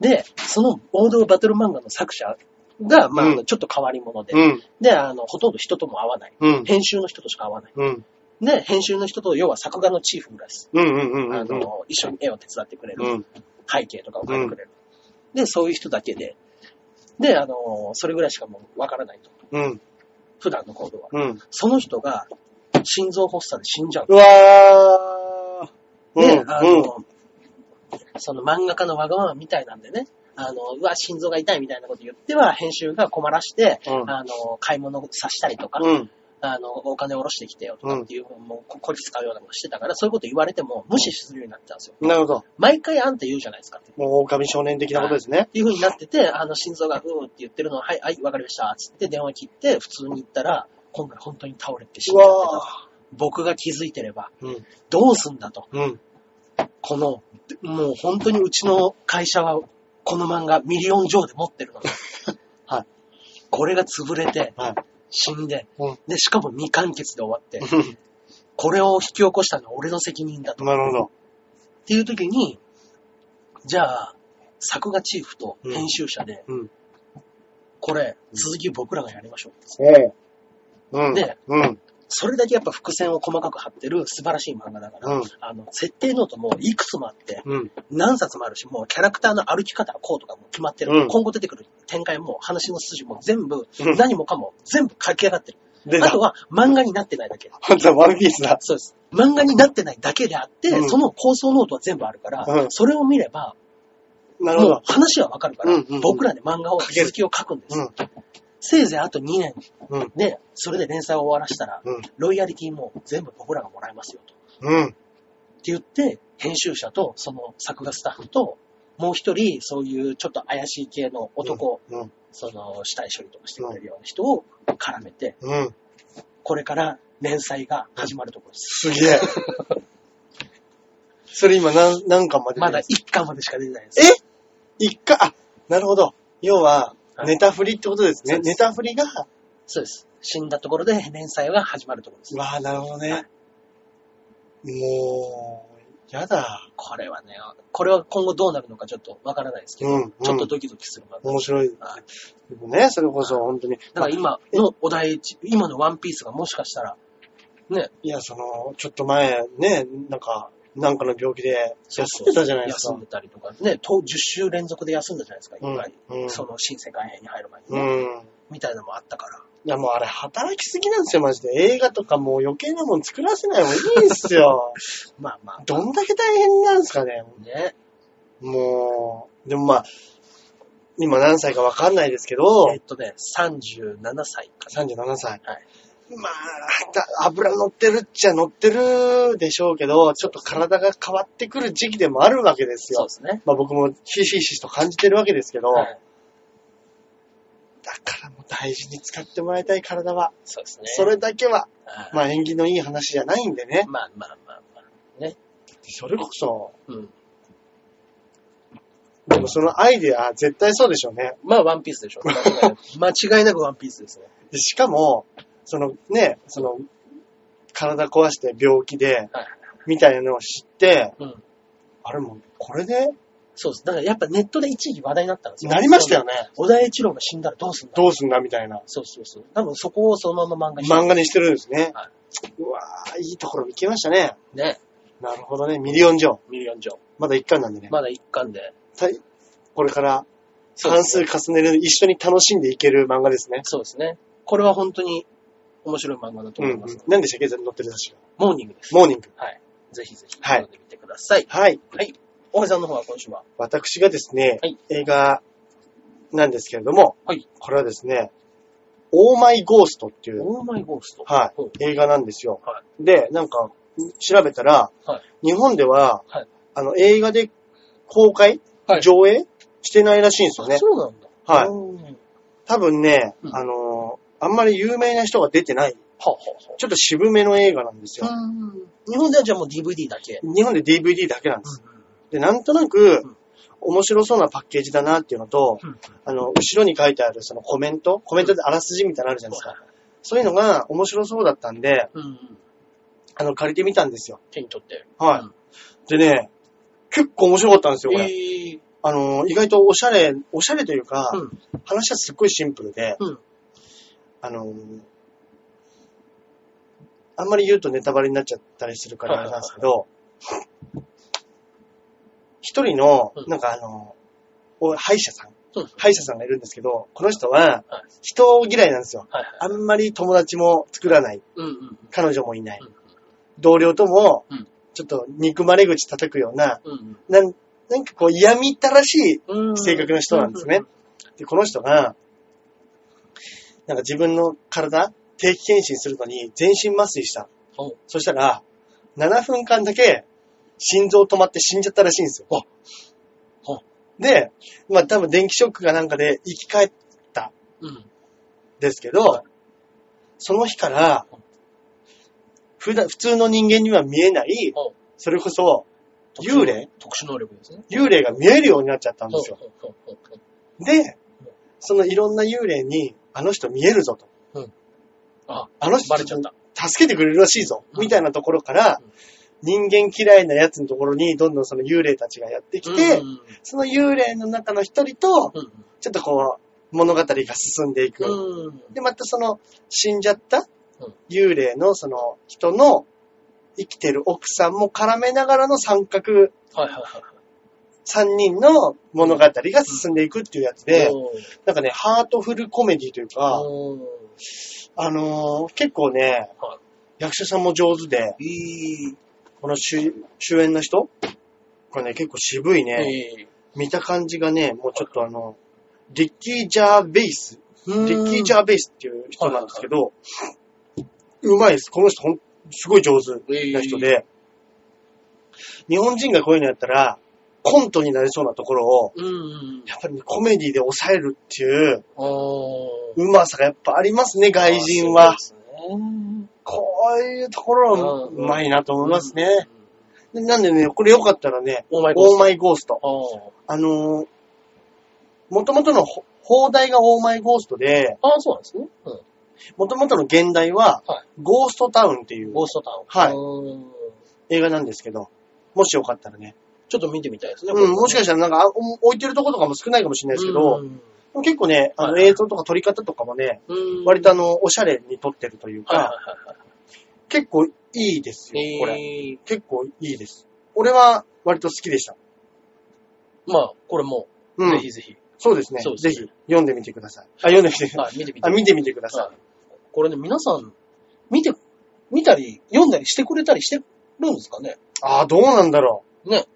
B: で、その王道バトル漫画の作者が、まあ、
A: うん
B: ちょっと変わり者で、
A: うん、
B: で、あの、ほとんど人とも会わない。
A: うん、
B: 編集の人としか会わない。
A: うん、
B: で、編集の人と、要は作画のチーフぐらいです。
A: うん、うん、うん、
B: あ
A: うん、
B: の、一緒に絵を手伝ってくれる。
A: うん、
B: 背景とかを書いてくれる。で、そういう人だけで、で、あの、それぐらいしかもうわからないと。
A: うん、
B: 普段の行動は。
A: うん。
B: その人が、心臓発作で死んじゃう。
A: うわー。うん、
B: で、あ
A: うん、
B: の、その漫画家のわがままみたいなんでね、あの、うわ、心臓が痛いみたいなこと言っては、編集が困らして、
A: うん
B: あの、買い物さしたりとか、
A: うん、
B: あの、お金下ろしてきてよとかっていう、もう、こり使うようなことしてたから、そういうこと言われても無視するようになってたんですよ。
A: なるほど。
B: 毎回あんた言うじゃないですかって。
A: もう狼少年的なことですね。
B: いう風になってて、あの、心臓がうーって言ってるのを、はい、はい、わかりました、つって電話切って、普通に行ったら、今回本当に倒れて死
A: うん
B: じゃってた。
A: わ
B: 僕が気づいてれば、
A: ー。うん、
B: どうすんだと。
A: うん、
B: この、もう本当にうちの会社は、この漫画ミリオン上で持
A: (laughs)
B: ってるの。
A: はい。
B: これが潰れて、
A: はい。
B: 死んで、
A: うん
B: で、しかも未完結で終わって、これを引き起こしたのは俺の責任だと。
A: なるほど。
B: っていう時に、じゃあ、作画チーフと編集者で、
A: うん。
B: これ、続き僕らがやりましょう。
A: えうん、
B: で
A: うん、
B: それだけやっぱ伏線を細かく張ってる素晴らしい漫画だから、
A: うん
B: あの、設定ノートもいくつもあって、
A: うん、
B: 何冊もあるし、もうキャラクターの歩き方はこうとかも決まってる。
A: うん
B: 今後出てくる展開も話の筋も全部、
A: うん
B: 何もかも全部書き上がってる。
A: 出
B: あ
A: た
B: と。は漫画になってないだけ。
A: 本当はワンピースだ。
B: そうです。漫画になってないだけであって、
A: うん
B: その構想ノートは全部あるから、
A: うん
B: それを見れば、
A: なるほ
B: もう
A: ど。
B: 話はわかるから、
A: うんうんうん
B: 僕らで漫画を、続きを書くんです。せいぜいあと2年
A: うん、
B: で、それで連載を終わらしたら、
A: うん、
B: ロイヤリティも全部僕らがもらえますよと。
A: うん、
B: って言って、編集者とその作画スタッフと、もう一人、そういうちょっと怪しい系の男を、
A: うん、
B: その死体処理とかしてくれるような人を絡めて、
A: うん。
B: これから連載が始まるところです。
A: す
B: (laughs)
A: げえ。それ今何、何巻まで
B: まだ1巻までしか出てないです。
A: え一回、あ、なるほど。要は、
B: はい
A: ネタ振りってことですね。
B: そうです
A: ネタ振りが、
B: そうです。死んだところで連載が始まるところです。
A: わあ、なるほどね。もう、やだ。
B: これはね、これは今後どうなるのかちょっとわからないですけど、
A: うんうん
B: ちょっとドキドキする漫画
A: 面白い。
B: はい
A: でもね、それこそ本当に。
B: だから今のお題、今のワンピースがもしかしたら、ね、
A: いや、その、ちょっと前、ね、なんか、なんかの病気で休んでたじゃないです
B: 休
A: か
B: ん。でたりとか、ね、と10週連続で休んだじゃないですか、一回。
A: うんうん
B: その新世界編に入る前に
A: う
B: ね、
A: ん。
B: みたいなのもあったから。
A: いや、もうあれ働きすぎなんですよ、マジで。映画とかもう余計なもん作らせない方がいいんすよ。
B: まあま
A: どんだけ大変なんですかね。
B: あ、ね。
A: もう、でもまあ、今何歳かわかんないですけど、
B: えっとね、37歳かな。
A: 37歳。
B: はい
A: まあ、だ油乗ってるっちゃ乗ってるでしょうけど、ちょっと体が変わってくる時期でもあるわけです
B: そう
A: よ
B: で。すね。
A: まあ僕もひしひしと感じてるわけですけど、
B: はい、
A: だからもう大事に使ってもらいたい体は、
B: そうですね。
A: それだけは、
B: はい
A: まあ縁起のいい話じゃないんでね。
B: まあまあまあまあ。
A: それこそ、
B: うん。
A: でもそのアイデア絶対そうでしょうね。
B: まあ、ワンピースでしょ。間違いなく間違いなくワンピースですね。
A: でしかも、そのね、その体壊して病気で、みたいなのを知って、
B: うん。
A: あれもうこれで
B: そうです。だからやっぱネットで一時話題になったんですよ。
A: なりましたよね。
B: 小田栄一郎が死んだらどうすんだ
A: どうすんだみたいな。
B: そうそうそう。多分そこをそのまま漫画に
A: 漫画にしてるんですね
B: は。
A: うわー、いいところに来ましたね。
B: ね。
A: なるほどね。ミリオン上。
B: ミリオン上。
A: まだ一巻なんでね。
B: まだ一巻で。
A: たこれから
B: そうで
A: 関
B: すね
A: 数重ねる、一緒に楽しんでいける漫画ですね。
B: そうですね。これは本当に面白い漫画だと
A: うん
B: 思い
A: うん
B: ます。。
A: 何でしたっけ載ってる雑誌が。
B: モーニングです。
A: モーニング。
B: はい。ぜひぜひ
A: はい
B: 読んでみてください。
A: はい。
B: はい。大橋さんの方は今週は
A: 私がですね、
B: はい
A: 映画なんですけれども、
B: はい
A: これはですね、オーマイゴーストっていう、
B: オーマイゴースト。
A: は
B: ほう
A: い、映画なんですよ。
B: は
A: で、なんか、調べたら、
B: は
A: 日本では、
B: はい
A: あの、映画で公開、
B: はい
A: 上映してないらしいんですよね
B: あ。そうなんだ。
A: はい
B: うんは
A: 多分ね、
B: うん
A: あのーあんまり有名な人が出てない、
B: あは
A: ちょっと渋めの映画なんです
B: あは
A: よ。
B: あうん日本ではじゃあもう DVD だけ。
A: 日本で DVD だけなんです。で、なんとなく
B: うん、
A: 面白そうなパッケージだなっていうのと、
B: うん
A: あの、後ろに書いてあるそのコメント、コメントであらすじみたいなのあるじゃないですか。そういうのが面白そうだったんで、
B: うんうん。
A: あの、借りてみたんですよ。
B: 手に取って。
A: はい。
B: うん
A: でね、結構面白かったんですよ、これ。
B: えー
A: あの、意外とおしゃれ、おしゃれというか、
B: うん
A: 話はすっごいシンプルで、
B: うん
A: あの、あんまり言うとネタバレになっちゃったりするからあれなんですけど、 (laughs) 一人の
B: う、ん
A: なんかあの、お歯医者さん、
B: うん
A: 歯医者さんがいるんですけど、この人は
B: はい
A: 人嫌いなんですよ。
B: はいはい。
A: あんまり友達も作らない。
B: うんうん
A: 彼女もいない。
B: うん
A: 同僚とも
B: うん、
A: ちょっと憎まれ口叩くような、
B: うん
A: なんなんかこう嫌みったらしい
B: うんうん。
A: 性格な人なんですね。で、この人が、なんか自分の体、定期検診するのに全身麻酔した
B: お。
A: そしたら、7分間だけ心臓止まって死んじゃったらしいんですよ。
B: お
A: で、まあ多分電気ショックがなんかで生き返ったん
B: うんうん。
A: ですけど、その日から
B: うん、
A: 普段、普通の人間には見えない
B: お、
A: それこそ幽霊
B: 特殊能力ですね。
A: 幽霊が見えるようになっちゃったんですよ。
B: ほうほうほうほう
A: で、そのいろんな幽霊に、あの人見えるぞと。
B: あ、
A: あの人
B: バレちゃった。
A: 助けてくれるらしいぞ、
B: うん
A: みたいなところから、人間嫌いな奴のところに、どんどんその幽霊たちがやってきて、
B: うん
A: その幽霊の中の一人と、
B: うん
A: ちょっとこう、物語が進んでいく。
B: うん。うん。
A: で、またその、死んじゃった
B: うん
A: 幽霊のその人の生きてる奥さんも絡めながらの三角、
B: はいはいはい。
A: 三人の物語が進んでいくっていうやつで、
B: おー
A: なんかね、ハートフルコメディというか、
B: おー
A: あのー結構ね、
B: は
A: 役者さんも上手で、
B: いい。
A: この主主演の人これね、結構渋いね。
B: え
A: 見た感じがね、もうちょっとあの、リッキー・ジャーベイス、
B: ー
A: リッキー・ジャーベイスっていう人なんですけど、うまいです。この人ほん、すごい上手な人で、日本人がこういうのやったら、コントになりそうなところを、
B: うんうん。
A: やっぱりねコメディで抑えるっていう、
B: おー
A: うまさがやっぱありますね、外人は。。
B: そうですね
A: こういうところ、
B: うん
A: うまいなと思いますね。
B: うん
A: でなんでね、これよかったらね、
B: オーマイ
A: オー
B: イ。
A: マイゴースト。
B: あ
A: あのー、元々のほ放題がオーマイゴーストで、
B: ーあー、そうなんですね。うん。
A: 元々の現代は
B: は、
A: ゴーストタウンっていう
B: ゴーストタウン。
A: はい
B: うん
A: 映画なんですけど、もしよかったらね。
B: ちょっと見てみたいですね。
A: うん、もしかしたらなんかあお置いてるとことかも少ないかもしれないですけど、結構ね、あの
B: はい
A: 映像とか撮り方とかもね、
B: うん、
A: 割とあの、おしゃれに撮ってるという
B: はいはい
A: か、結構いいです
B: はいはい。
A: よ、これ。
B: えー
A: 結構いいです。俺は割と好きでした。
B: まあ、これも、
A: う
B: ぜ
A: ん
B: ひ。ぜひ。
A: そうですね。
B: そうです
A: ぜ
B: ね
A: ひ、読んでみてください。あ、読んでみてください。
B: はい、 (laughs) 見てみて。
A: あ、見てみてください。
B: はいこれね、皆さん、見て、見たり、読んだりしてくれたりしてるんですかね
A: あー、どうなんだろう。
B: ね。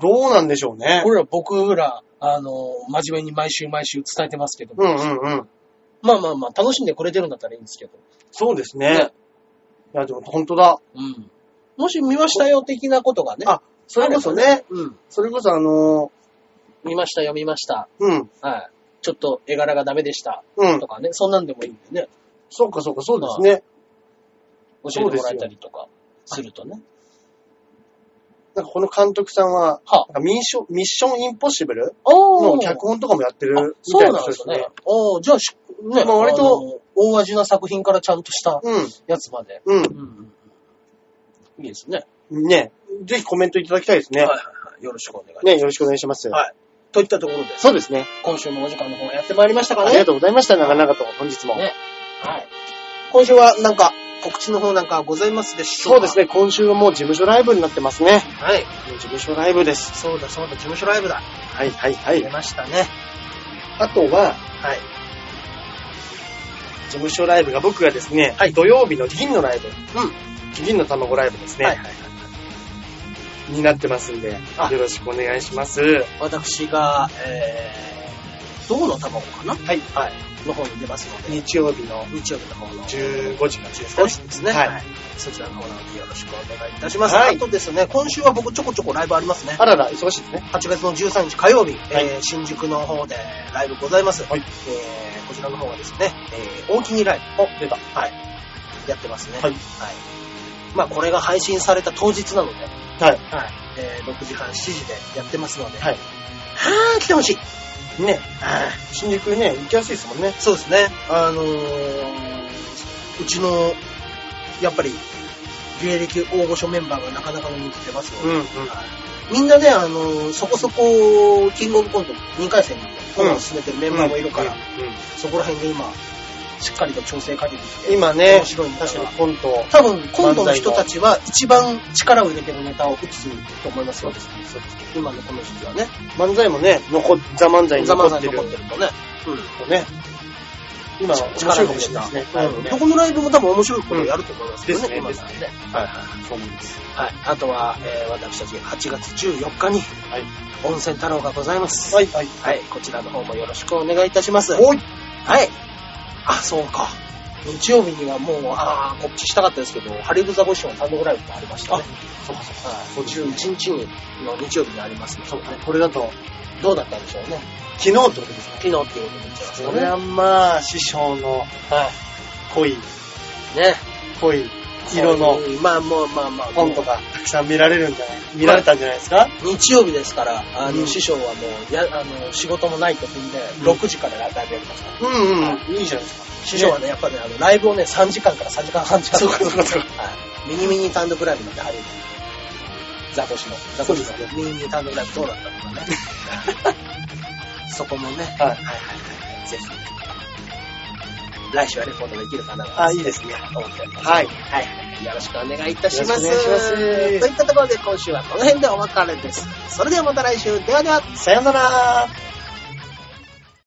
A: どうなんでしょうね。
B: 俺ら、僕ら、あの、真面目に毎週毎週伝えてますけども、
A: うんうんうん。
B: まあまあまあ、楽しんでくれてるんだったらいいんですけど。
A: そうですね。
B: ね
A: いや、でも本当だ。
B: うん。もし見ましたよ的なことがね。
A: あ、それこそね、
B: うん。
A: それこそあの
B: 見ましたよ、見ました。
A: ーうん、
B: はい。ちょっと絵柄がダメでした。
A: うん
B: と。かね、そんなんでもいいんでね、
A: そうかそうか、そうですね。
B: 教えてもらえたりとかするとね。
A: なんかこの監督さんは、
B: は
A: なんかミッション、ミッションインポッシブル
B: あ。
A: の脚本とかもやって
B: あ
A: るみ
B: そ
A: た
B: う
A: い
B: な
A: なん人
B: で
A: ですす
B: ね
A: ね。。
B: ああ、じゃあし、ね、
A: まあ割と
B: あの、大味な作品からちゃんとした
A: うん。
B: やつまで。
A: う
B: うんうんうん。いいですね。
A: ん。ね。ぜひコメントいただきたいですね
B: はい。はいはい。よろしくお願いします。
A: ね、よろしくお願いします。
B: はい。といったところで、
A: そうですね。
B: 今週もお時間の方やってまいりましたか
A: あ
B: ね。
A: りがとうございました、長々と、本日も。
B: ねはい。今週はなんか告知の方なんかございますでしょ
A: そう
B: う
A: で
B: か
A: すね、今週はもう事務所ライブになってますね。
B: ね。はい。
A: 事務所ライブです。
B: そうだそうだ、事務所ライブだ。
A: はい、はい、は
B: 出
A: い。
B: ましたね。
A: あとは、
B: はい。
A: 事務所ライブが僕がですね、
B: はい
A: 土曜日の銀のライブ、
B: うん。
A: 銀の卵ライブですね、
B: はいはいはい。
A: になってますんで、よ
B: あ
A: ろしくお願いします。は、
B: 私が、えー、銅の卵かない
A: はい。
B: の方に出ますので、
A: 日曜日の
B: 日曜日の方の
A: 15時からですか
B: 少
A: ね
B: しですね。
A: はい。
B: そちらの方なのでよろしくお願いいたします。
A: はい
B: あとですね、今週は僕ちょこちょこライブありますね。
A: あらら、忙しいですね。
B: 8月の13日火曜日、
A: はい
B: えー新宿の方でライブございます。
A: はい
B: えーこちらの方はですね、えー大きにライブ。
A: 出た。
B: はい。やってますね。
A: はい
B: まあ、これが配信された当日なので、
A: はい。
B: はい。えー6時半、7時でやってますので、
A: はい。
B: はぁ、来てほしい。
A: ね、
B: はい。
A: 新宿ね、行きやすいですもんね。
B: そうですね。あのーうちの、やっぱり、芸歴大御所メンバーがなかなかの人気出ますので、
A: うんうん
B: はいみんなね、あのーそこそこ、キングオブコント2回戦にコロナを進めてるメンバーもいるから、
A: うんうん
B: そこら辺で今、しっかりと調整かけてきて、
A: 今ね
B: 面白いネタが
A: 確かにコントを
B: 多分、今度の人たちは一番力を入れてるネタを打つと思いますよ。そうです今のこの時期はね、
A: 漫才もね、残、ザ漫才に
B: ざま
A: 残っ
B: ざま
A: て
B: 残
A: る
B: っ。てるとね。うん
A: ね。今、面白いかもしれないですね。
B: うんどこのライブも多分面白いことをやると思いますけどね、
A: うん
B: 今
A: で
B: な
A: す
B: ら
A: ね
B: ね。
A: はいはい。そう思います。
B: はい。あとは、えー私たち8月14日に、
A: はい
B: 温泉太郎がございます。
A: はいはい。
B: はい。こちらの方もよろしくお願いいたします。
A: おい
B: はい。あ、そうか。日曜日にはもう、ああ、告知したかったですけど、ハリウッドザボション単独ライブもありましたね。
A: そうかそうか
B: はい。11日にの日曜日にありますので、ね、
A: これだと、
B: どうだったんでしょうね。
A: 昨日ってことですか
B: 昨日っていうことになっちゃいますか
A: そ
B: ね。
A: れはまあ、師匠の
B: は
A: 濃い、
B: い。ね。
A: 濃い色の
B: こういう。まあもうまあまあ。
A: コントがたくさん見られるんじゃない見られたんじゃないですか
B: 日曜日ですから、あの、
A: うん
B: 師匠はもう、や、あの、仕事もないと踏んで、
A: うん
B: 6時からライブやりました。
A: うんうん。いいじゃないですか。
B: 師匠はね、やっぱね、あの、ライブをね、3時間から3時間半近く。
A: そうかそうかそう
B: はい。ミニミニ単独ライブなんてあるよ。ザコシの。ザコシの、
A: そうです
B: ミニミニ単独ライブどうだったのかね。
A: (laughs)
B: そこもね、
A: はい
B: はいはいはい。ぜひ。来週はレポートできるかな
A: あ、いいですね。
B: と思っております。
A: はい。
B: はい。よろしくお願いいたします。
A: よろしくお願いします
B: といったところで今週はこの辺でお別れです。それではまた来週。ではでは。
A: さよなら